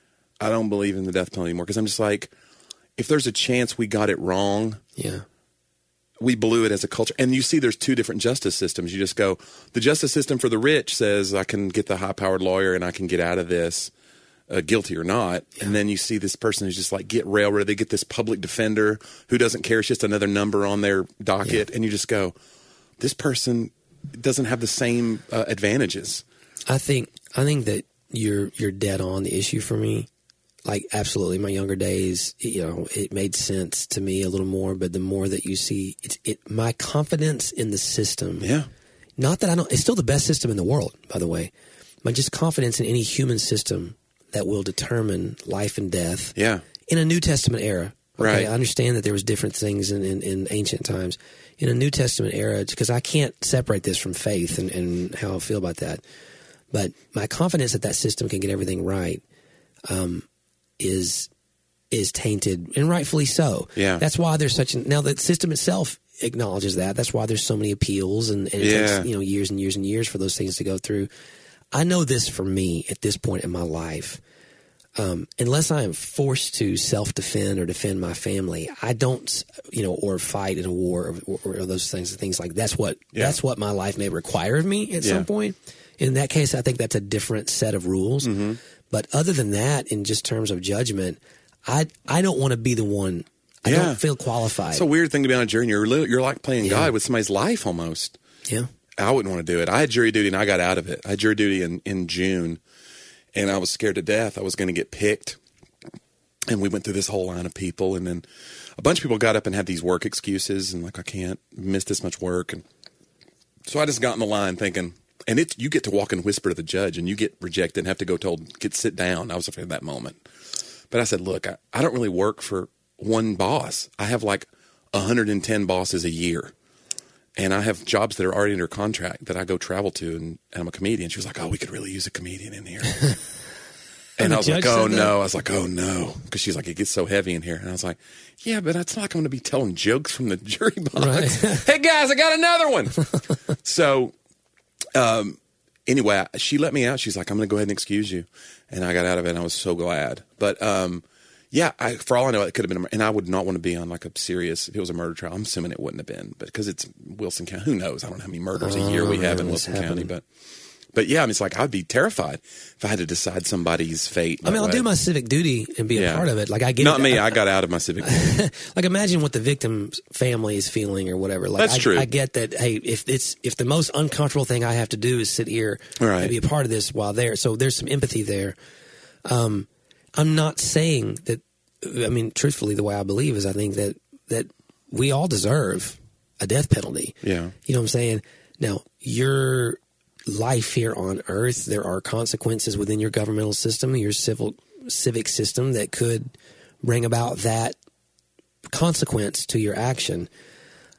Speaker 2: i don't believe in the death penalty anymore because i'm just like if there's a chance we got it wrong
Speaker 1: yeah.
Speaker 2: we blew it as a culture. And you see, there's two different justice systems. You just go, the justice system for the rich says, I can get the high powered lawyer and I can get out of this, uh, guilty or not. And then you see this person who's just like, get railroaded. They get this public defender who doesn't care. It's just another number on their docket. And you just go, this person doesn't have the same uh, advantages.
Speaker 1: I think I think that you're you're dead on the issue for me. Like absolutely, my younger days, you know, it made sense to me a little more. But the more that you see, it's it my confidence in the system.
Speaker 2: Yeah.
Speaker 1: Not that I don't. It's still the best system in the world, by the way. But just confidence in any human system that will determine life and death
Speaker 2: Yeah.
Speaker 1: in a New Testament era. Okay,
Speaker 2: Right.
Speaker 1: I understand that there was different things in, in, in ancient times. In a New Testament era, because I can't separate this from faith and, and how I feel about that. But my confidence that that system can get everything right um, is is tainted, and rightfully so.
Speaker 2: Yeah.
Speaker 1: that's why there's such. An, now the system itself acknowledges that. That's why there's so many appeals, and, and it
Speaker 2: Yeah.
Speaker 1: takes you know years and years and years for those things to go through. I know this for me at this point in my life unless I am forced to self defend or defend my family, I don't, you know, or fight in a war or, or, or those things, things like that's what
Speaker 2: Yeah.
Speaker 1: that's what my life may require of me at
Speaker 2: Yeah.
Speaker 1: some point. In that case, I think that's a different set of rules.
Speaker 2: Mm-hmm.
Speaker 1: But other than that, in just terms of judgment, I I don't want to be the one. I
Speaker 2: Yeah.
Speaker 1: don't feel qualified.
Speaker 2: It's a weird thing to be on a jury. and You're li- you're like playing God with somebody's life almost.
Speaker 1: yeah,
Speaker 2: I wouldn't want to do it. I had jury duty and I got out of it. I had jury duty in, in June and I was scared to death. I was going to get picked. And we went through this whole line of people. And then a bunch of people got up and had these work excuses and like, I can't miss this much work. And so I just got in the line thinking, and it's, you get to walk and whisper to the judge and you get rejected and have to go told, get sit down. I was afraid of that moment. But I said, look, I, I don't really work for one boss. I have like 110 bosses a year and I have jobs that are already under contract that I go travel to, and, and I'm a comedian. She was like, "Oh, we could really use a comedian in here." and I was
Speaker 1: the
Speaker 2: like,
Speaker 1: judge
Speaker 2: "Oh
Speaker 1: said that?
Speaker 2: no!" I was like, "Oh no!" Because she's like, "It gets so heavy in here," and I was like, "Yeah, but it's not like I'm going to be telling jokes from the jury box."
Speaker 1: Right.
Speaker 2: hey guys, I got another one. so, um, anyway, I- she let me out. She's like, "I'm going to go ahead and excuse you," and I got out of it. and I was so glad, but um. Yeah, I, for all I know, it could have been, a mur- and I would not want to be on like a serious. If it was a murder trial, I'm assuming it wouldn't have been, but because it's Wilson County, who knows? I don't know how many murders a year we have in
Speaker 1: man, what's
Speaker 2: Wilson County, but but yeah, I mean, it's like I'd be terrified if I had to decide somebody's fate.
Speaker 1: I mean, I'll do my civic duty and be
Speaker 2: Yeah.
Speaker 1: a part of it. Like I get
Speaker 2: Not
Speaker 1: it.
Speaker 2: me. I got out of my civic.
Speaker 1: like imagine what the victim's family is feeling or whatever. Like
Speaker 2: That's
Speaker 1: I,
Speaker 2: true.
Speaker 1: I get that. Hey, if it's if the most uncomfortable thing I have to do is sit here
Speaker 2: Right.
Speaker 1: and be a part of this while there, so there's some empathy there. Um, I'm not saying that. I mean, truthfully, the way I believe is, I think that that we all deserve a death penalty.
Speaker 2: Yeah.
Speaker 1: You know what I'm saying? Now, your life here on earth, there are consequences within your governmental system, your civil civic system that could bring about that consequence to your action.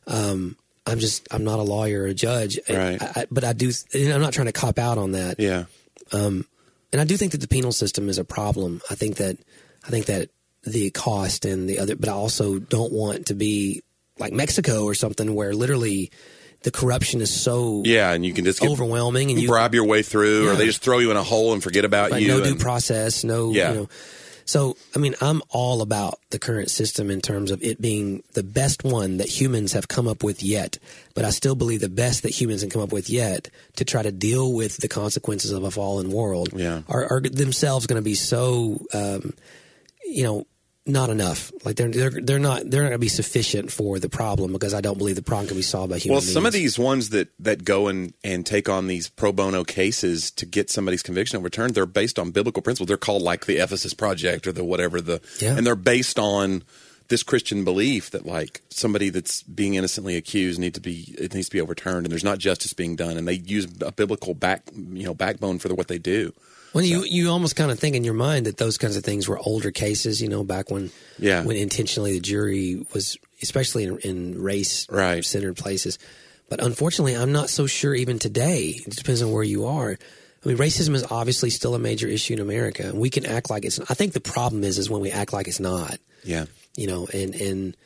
Speaker 1: Um, I'm just I'm not a lawyer or a judge, and
Speaker 2: Right.
Speaker 1: I, I, but I do. And I'm not trying to cop out on that.
Speaker 2: Yeah,
Speaker 1: And I do think that the penal system is a problem. I think that I think that the cost and the other, but I also don't want to be like Mexico or something where literally the corruption is so
Speaker 2: yeah, and you can just get,
Speaker 1: overwhelming and you
Speaker 2: bribe your way through, or
Speaker 1: Yeah.
Speaker 2: they just throw you in a hole and forget about
Speaker 1: Right,
Speaker 2: you.
Speaker 1: no due
Speaker 2: and-
Speaker 1: process, no.
Speaker 2: Yeah.
Speaker 1: You know. So, I mean, I'm all about the current system in terms of it being the best one that humans have come up with yet. But I still believe the best that humans can come up with yet to try to deal with the consequences of a fallen world
Speaker 2: Yeah.
Speaker 1: are, are themselves going to be so, um, you know, not enough. Like they're they're they're not they're not going to be sufficient for the problem because I don't believe the problem can be solved by human
Speaker 2: well, some of
Speaker 1: beings.
Speaker 2: these ones that that go and and take on these pro bono cases to get somebody's conviction overturned, they're based on biblical principles. They're called like the Ephesus Project or the whatever the,
Speaker 1: Yeah.
Speaker 2: and they're based on this Christian belief that like somebody that's being innocently accused need to be it needs to be overturned, and there's not justice being done, and they use a biblical back you know backbone for what they do.
Speaker 1: Well, you you almost kind of think in your mind that those kinds of things were older cases, you know, back when
Speaker 2: Yeah.
Speaker 1: when intentionally the jury was, especially in, in race
Speaker 2: Right.
Speaker 1: centered places. But unfortunately, I'm not so sure even today. It depends on where you are. I mean, racism is obviously still a major issue in America, and we can act like it's. I think the problem is is when we act like it's not
Speaker 2: Yeah,
Speaker 1: you know, and and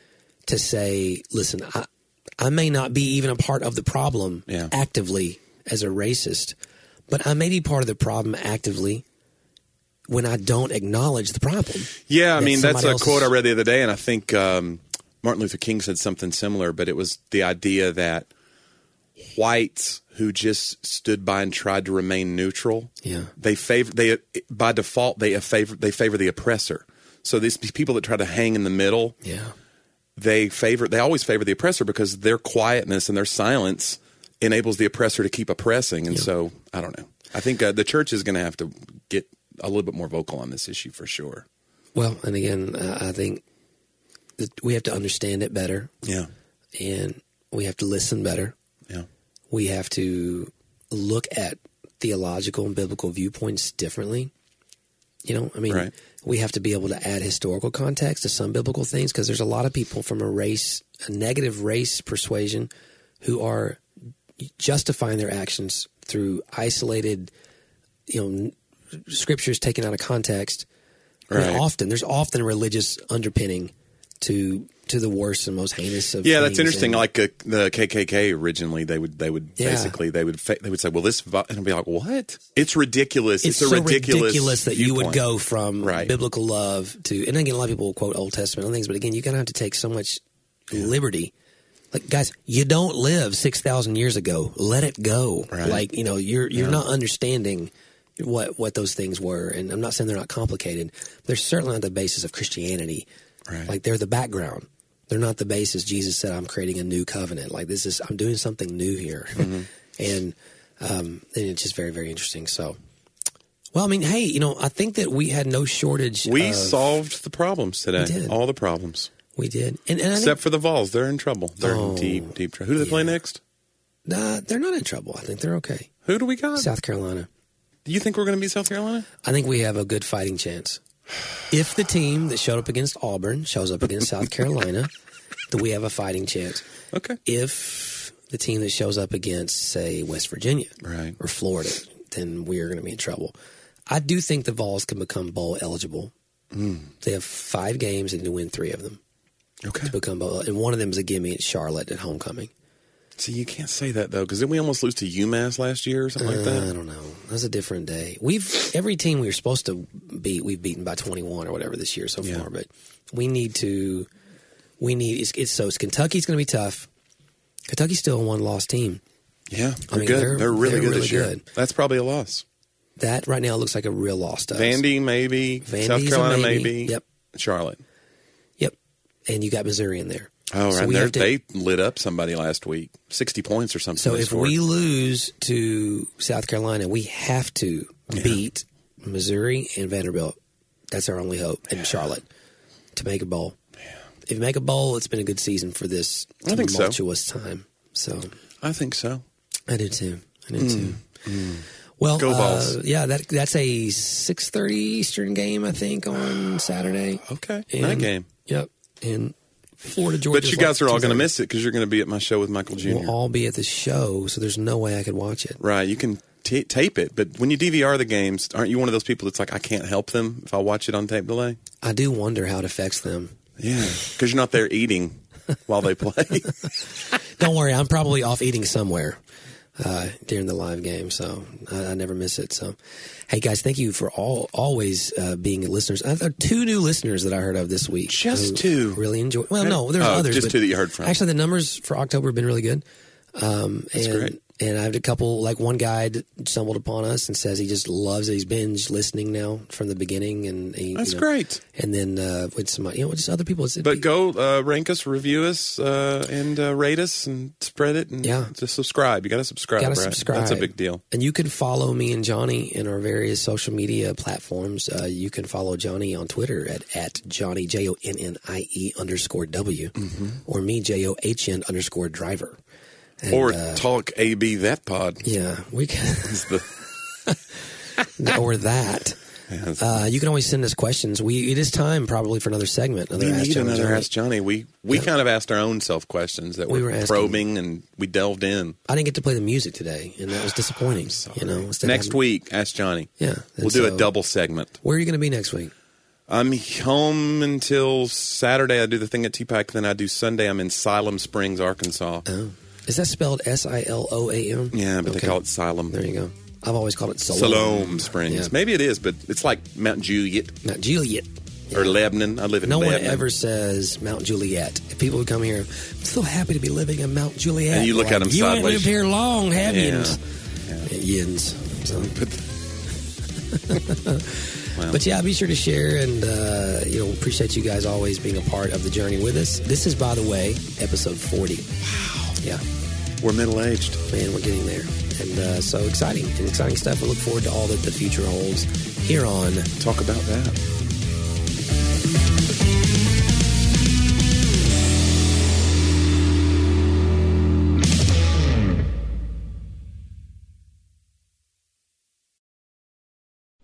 Speaker 1: to say, listen, I I may not be even a part of the problem
Speaker 2: Yeah.
Speaker 1: actively as a racist, but I may be part of the problem actively when I don't acknowledge the problem.
Speaker 2: Yeah, I
Speaker 1: that
Speaker 2: mean that's
Speaker 1: somebody
Speaker 2: a
Speaker 1: else-
Speaker 2: quote I read the other day, and I think um, Martin Luther King said something similar, but it was the idea that whites who just stood by and tried to remain neutral,
Speaker 1: Yeah.
Speaker 2: they favor they by default they favor they favor the oppressor. So these people that try to hang in the middle,
Speaker 1: Yeah.
Speaker 2: they favor they always favor the oppressor because their quietness and their silence enables the oppressor to keep oppressing. And so I don't know. I think uh, the church is going to have to get a little bit more vocal on this issue for sure.
Speaker 1: Well, and again, uh, I think that we have to understand it better,
Speaker 2: Yeah.
Speaker 1: and we have to listen better.
Speaker 2: Yeah.
Speaker 1: We have to look at theological and biblical viewpoints differently. You know, I mean,
Speaker 2: Right.
Speaker 1: we have to be able to add historical context to some biblical things because there's a lot of people from a race, a negative race persuasion, who are justifying their actions through isolated, you know, n- scriptures taken out of context. I mean,
Speaker 2: Right.
Speaker 1: often there's often a religious underpinning to to the worst and most heinous of
Speaker 2: Yeah, that's
Speaker 1: things,
Speaker 2: interesting.
Speaker 1: and-
Speaker 2: Like uh, the KKK originally, they would they would
Speaker 1: Yeah.
Speaker 2: basically they would fa- they would say, "Well, this," vi-, and I'd be like, "What? It's ridiculous. It's,
Speaker 1: it's, so
Speaker 2: a ridiculous,
Speaker 1: ridiculous, that you would
Speaker 2: viewpoint.
Speaker 1: go from
Speaker 2: Right.
Speaker 1: biblical love to, and again, a lot of people will quote Old Testament and things, but again, you're going to have to take so much liberty. Like, guys, you don't live six thousand years ago. Let it go.
Speaker 2: Right.
Speaker 1: Like, you know, you're you're not understanding what what those things were, and I'm not saying they're not complicated. They're certainly not the basis of Christianity.
Speaker 2: Right.
Speaker 1: Like, they're the background. They're not the basis. Jesus said, "I'm creating a new covenant." Like, this is I'm doing something new here,
Speaker 2: Mm-hmm.
Speaker 1: and um, and it's just very very interesting. So. Well, I mean, hey, you know, I think that we had no shortage.
Speaker 2: We
Speaker 1: of-
Speaker 2: solved the problems today.
Speaker 1: did.
Speaker 2: All the problems
Speaker 1: we did, and, and I think,
Speaker 2: except for the Vols. They're in trouble. They're
Speaker 1: Oh,
Speaker 2: in deep deep trouble. Who do they play next?
Speaker 1: nah, they're not in trouble. I think they're okay.
Speaker 2: Who do we got?
Speaker 1: South Carolina.
Speaker 2: Do you think we're going to beat South Carolina?
Speaker 1: I think we have a good fighting chance. If the team that showed up against Auburn shows up against South Carolina, then we have a fighting chance.
Speaker 2: Okay.
Speaker 1: If the team that shows up against, say, West Virginia
Speaker 2: Right.
Speaker 1: or Florida, then we are going to be in trouble. I do think the Vols can become bowl eligible.
Speaker 2: Hmm.
Speaker 1: They have five games and to win three of them
Speaker 2: Okay.
Speaker 1: to become bowl, and one of them is a gimme at Charlotte at homecoming.
Speaker 2: See, you can't say that though, because then we almost lose to UMass last year or something like
Speaker 1: Uh, I
Speaker 2: that.
Speaker 1: don't know. That was a different day. We've every team we were supposed to beat, we've beaten by twenty one or whatever this year so
Speaker 2: Yeah.
Speaker 1: far. But we need to. We need it's, it's so it's Kentucky's going to be tough. Kentucky's still a one loss team.
Speaker 2: Yeah, they're
Speaker 1: I mean,
Speaker 2: good.
Speaker 1: they're-
Speaker 2: They're, really
Speaker 1: they're
Speaker 2: good
Speaker 1: really
Speaker 2: this year.
Speaker 1: good.
Speaker 2: That's probably a loss.
Speaker 1: That right now looks like a real loss to us.
Speaker 2: Vandy maybe. South
Speaker 1: Vandy's a
Speaker 2: Carolina
Speaker 1: maybe.
Speaker 2: maybe.
Speaker 1: Yep.
Speaker 2: Charlotte.
Speaker 1: Yep, and you got Missouri in there.
Speaker 2: Oh,
Speaker 1: So
Speaker 2: right.
Speaker 1: we
Speaker 2: They're-
Speaker 1: have to-
Speaker 2: they lit up somebody last week, sixty points or something.
Speaker 1: So
Speaker 2: they
Speaker 1: if
Speaker 2: scored.
Speaker 1: we lose to South Carolina, we have to beat Missouri and Vanderbilt. That's our only hope in Charlotte to make a bowl. If you make a bowl, it's been a good season for this
Speaker 2: I think so.
Speaker 1: tumultuous time. So
Speaker 2: I think so.
Speaker 1: I do too. I do too. Well,
Speaker 2: Mm. Go
Speaker 1: uh,
Speaker 2: Vols.
Speaker 1: yeah, that that's a six thirty Eastern game, I think, on Saturday.
Speaker 2: Okay,
Speaker 1: And-
Speaker 2: night game.
Speaker 1: Yep, in Florida, Georgia.
Speaker 2: But you guys are all going to miss it because you're going to be at my show with Michael Jr.
Speaker 1: We'll all be at the show, so there's no way I could watch it.
Speaker 2: right? You can t- tape it, but when you DVR the games, aren't you one of those people that's like, I can't help them if I watch it on tape delay?
Speaker 1: I do wonder how it affects them.
Speaker 2: Yeah, because you're not there eating while they play.
Speaker 1: Don't worry, I'm probably off eating somewhere uh, during the live game, so I, I never miss it. So, hey guys, thank you for all always uh, being listeners. I, there are two new listeners that I heard of this week.
Speaker 2: Just
Speaker 1: who
Speaker 2: two?
Speaker 1: Really enjoy. Well, no, there's
Speaker 2: Oh,
Speaker 1: others.
Speaker 2: just
Speaker 1: but
Speaker 2: two that you heard from.
Speaker 1: Actually, the numbers for October have been really good. Um, and,
Speaker 2: great.
Speaker 1: And I have a couple, like one guy d- stumbled upon us and says he just loves it. He's binge listening now from the beginning, and he, you
Speaker 2: That's
Speaker 1: know,
Speaker 2: great.
Speaker 1: And then uh, with some, you know, just other people. It's,
Speaker 2: But go uh, rank us, review us, uh, and uh, rate us, and spread it, and
Speaker 1: Yeah.
Speaker 2: just subscribe. You got to subscribe.
Speaker 1: Gotta
Speaker 2: right?
Speaker 1: subscribe.
Speaker 2: That's a big deal.
Speaker 1: And you can follow me and Johnny in our various social media platforms. Uh, you can follow Johnny on Twitter at, at Johnny, J O N N I E underscore W,
Speaker 2: Mm-hmm.
Speaker 1: or me, J O H N underscore driver. And,
Speaker 2: Or
Speaker 1: uh,
Speaker 2: talk AB that pod.
Speaker 1: yeah, we can,
Speaker 2: Is the,
Speaker 1: or that.
Speaker 2: Yes.
Speaker 1: Uh, you can always send us questions. We It is time probably for another segment. Another
Speaker 2: We
Speaker 1: Ask
Speaker 2: need
Speaker 1: Johnny
Speaker 2: another
Speaker 1: Johnny.
Speaker 2: Ask Johnny. We we kind of asked our own self questions that
Speaker 1: We
Speaker 2: were,
Speaker 1: were asking-
Speaker 2: probing and we delved in.
Speaker 1: I didn't get to play the music today, and that was disappointing. you know, instead of
Speaker 2: Next
Speaker 1: having-
Speaker 2: week, Ask Johnny.
Speaker 1: Yeah.
Speaker 2: We'll
Speaker 1: and
Speaker 2: do
Speaker 1: so-
Speaker 2: a double segment.
Speaker 1: Where are you going to be next week?
Speaker 2: I'm home until Saturday. I do the thing at TPAC. Then I do Sunday. I'm in Siloam Springs, Arkansas.
Speaker 1: Oh. Is that spelled S I L O A M?
Speaker 2: Yeah, but
Speaker 1: Okay.
Speaker 2: they call it Siloam.
Speaker 1: There you go. I've always called it Salome.
Speaker 2: Siloam Springs.
Speaker 1: Yeah.
Speaker 2: Maybe it is, but it's like Mount Juliet
Speaker 1: Not Juliet.
Speaker 2: or Lebanon. I live in
Speaker 1: No one
Speaker 2: Lebanon.
Speaker 1: ever says Mount Juliet. If people would come here, I'm so happy to be living in Mount Juliet.
Speaker 2: And you look
Speaker 1: Like,
Speaker 2: at 'em
Speaker 1: You ain't
Speaker 2: sideways.
Speaker 1: lived here long, have
Speaker 2: Yeah.
Speaker 1: you? Yins. So,
Speaker 2: But
Speaker 1: but yeah, be sure to share and uh, you know appreciate you guys always being a part of the journey with us. This is, by the way, episode forty. Wow. Yeah.
Speaker 2: We're middle aged.
Speaker 1: man, we're getting there. And uh, so exciting and exciting stuff. I look forward to all that the future holds here on
Speaker 2: Talk about that.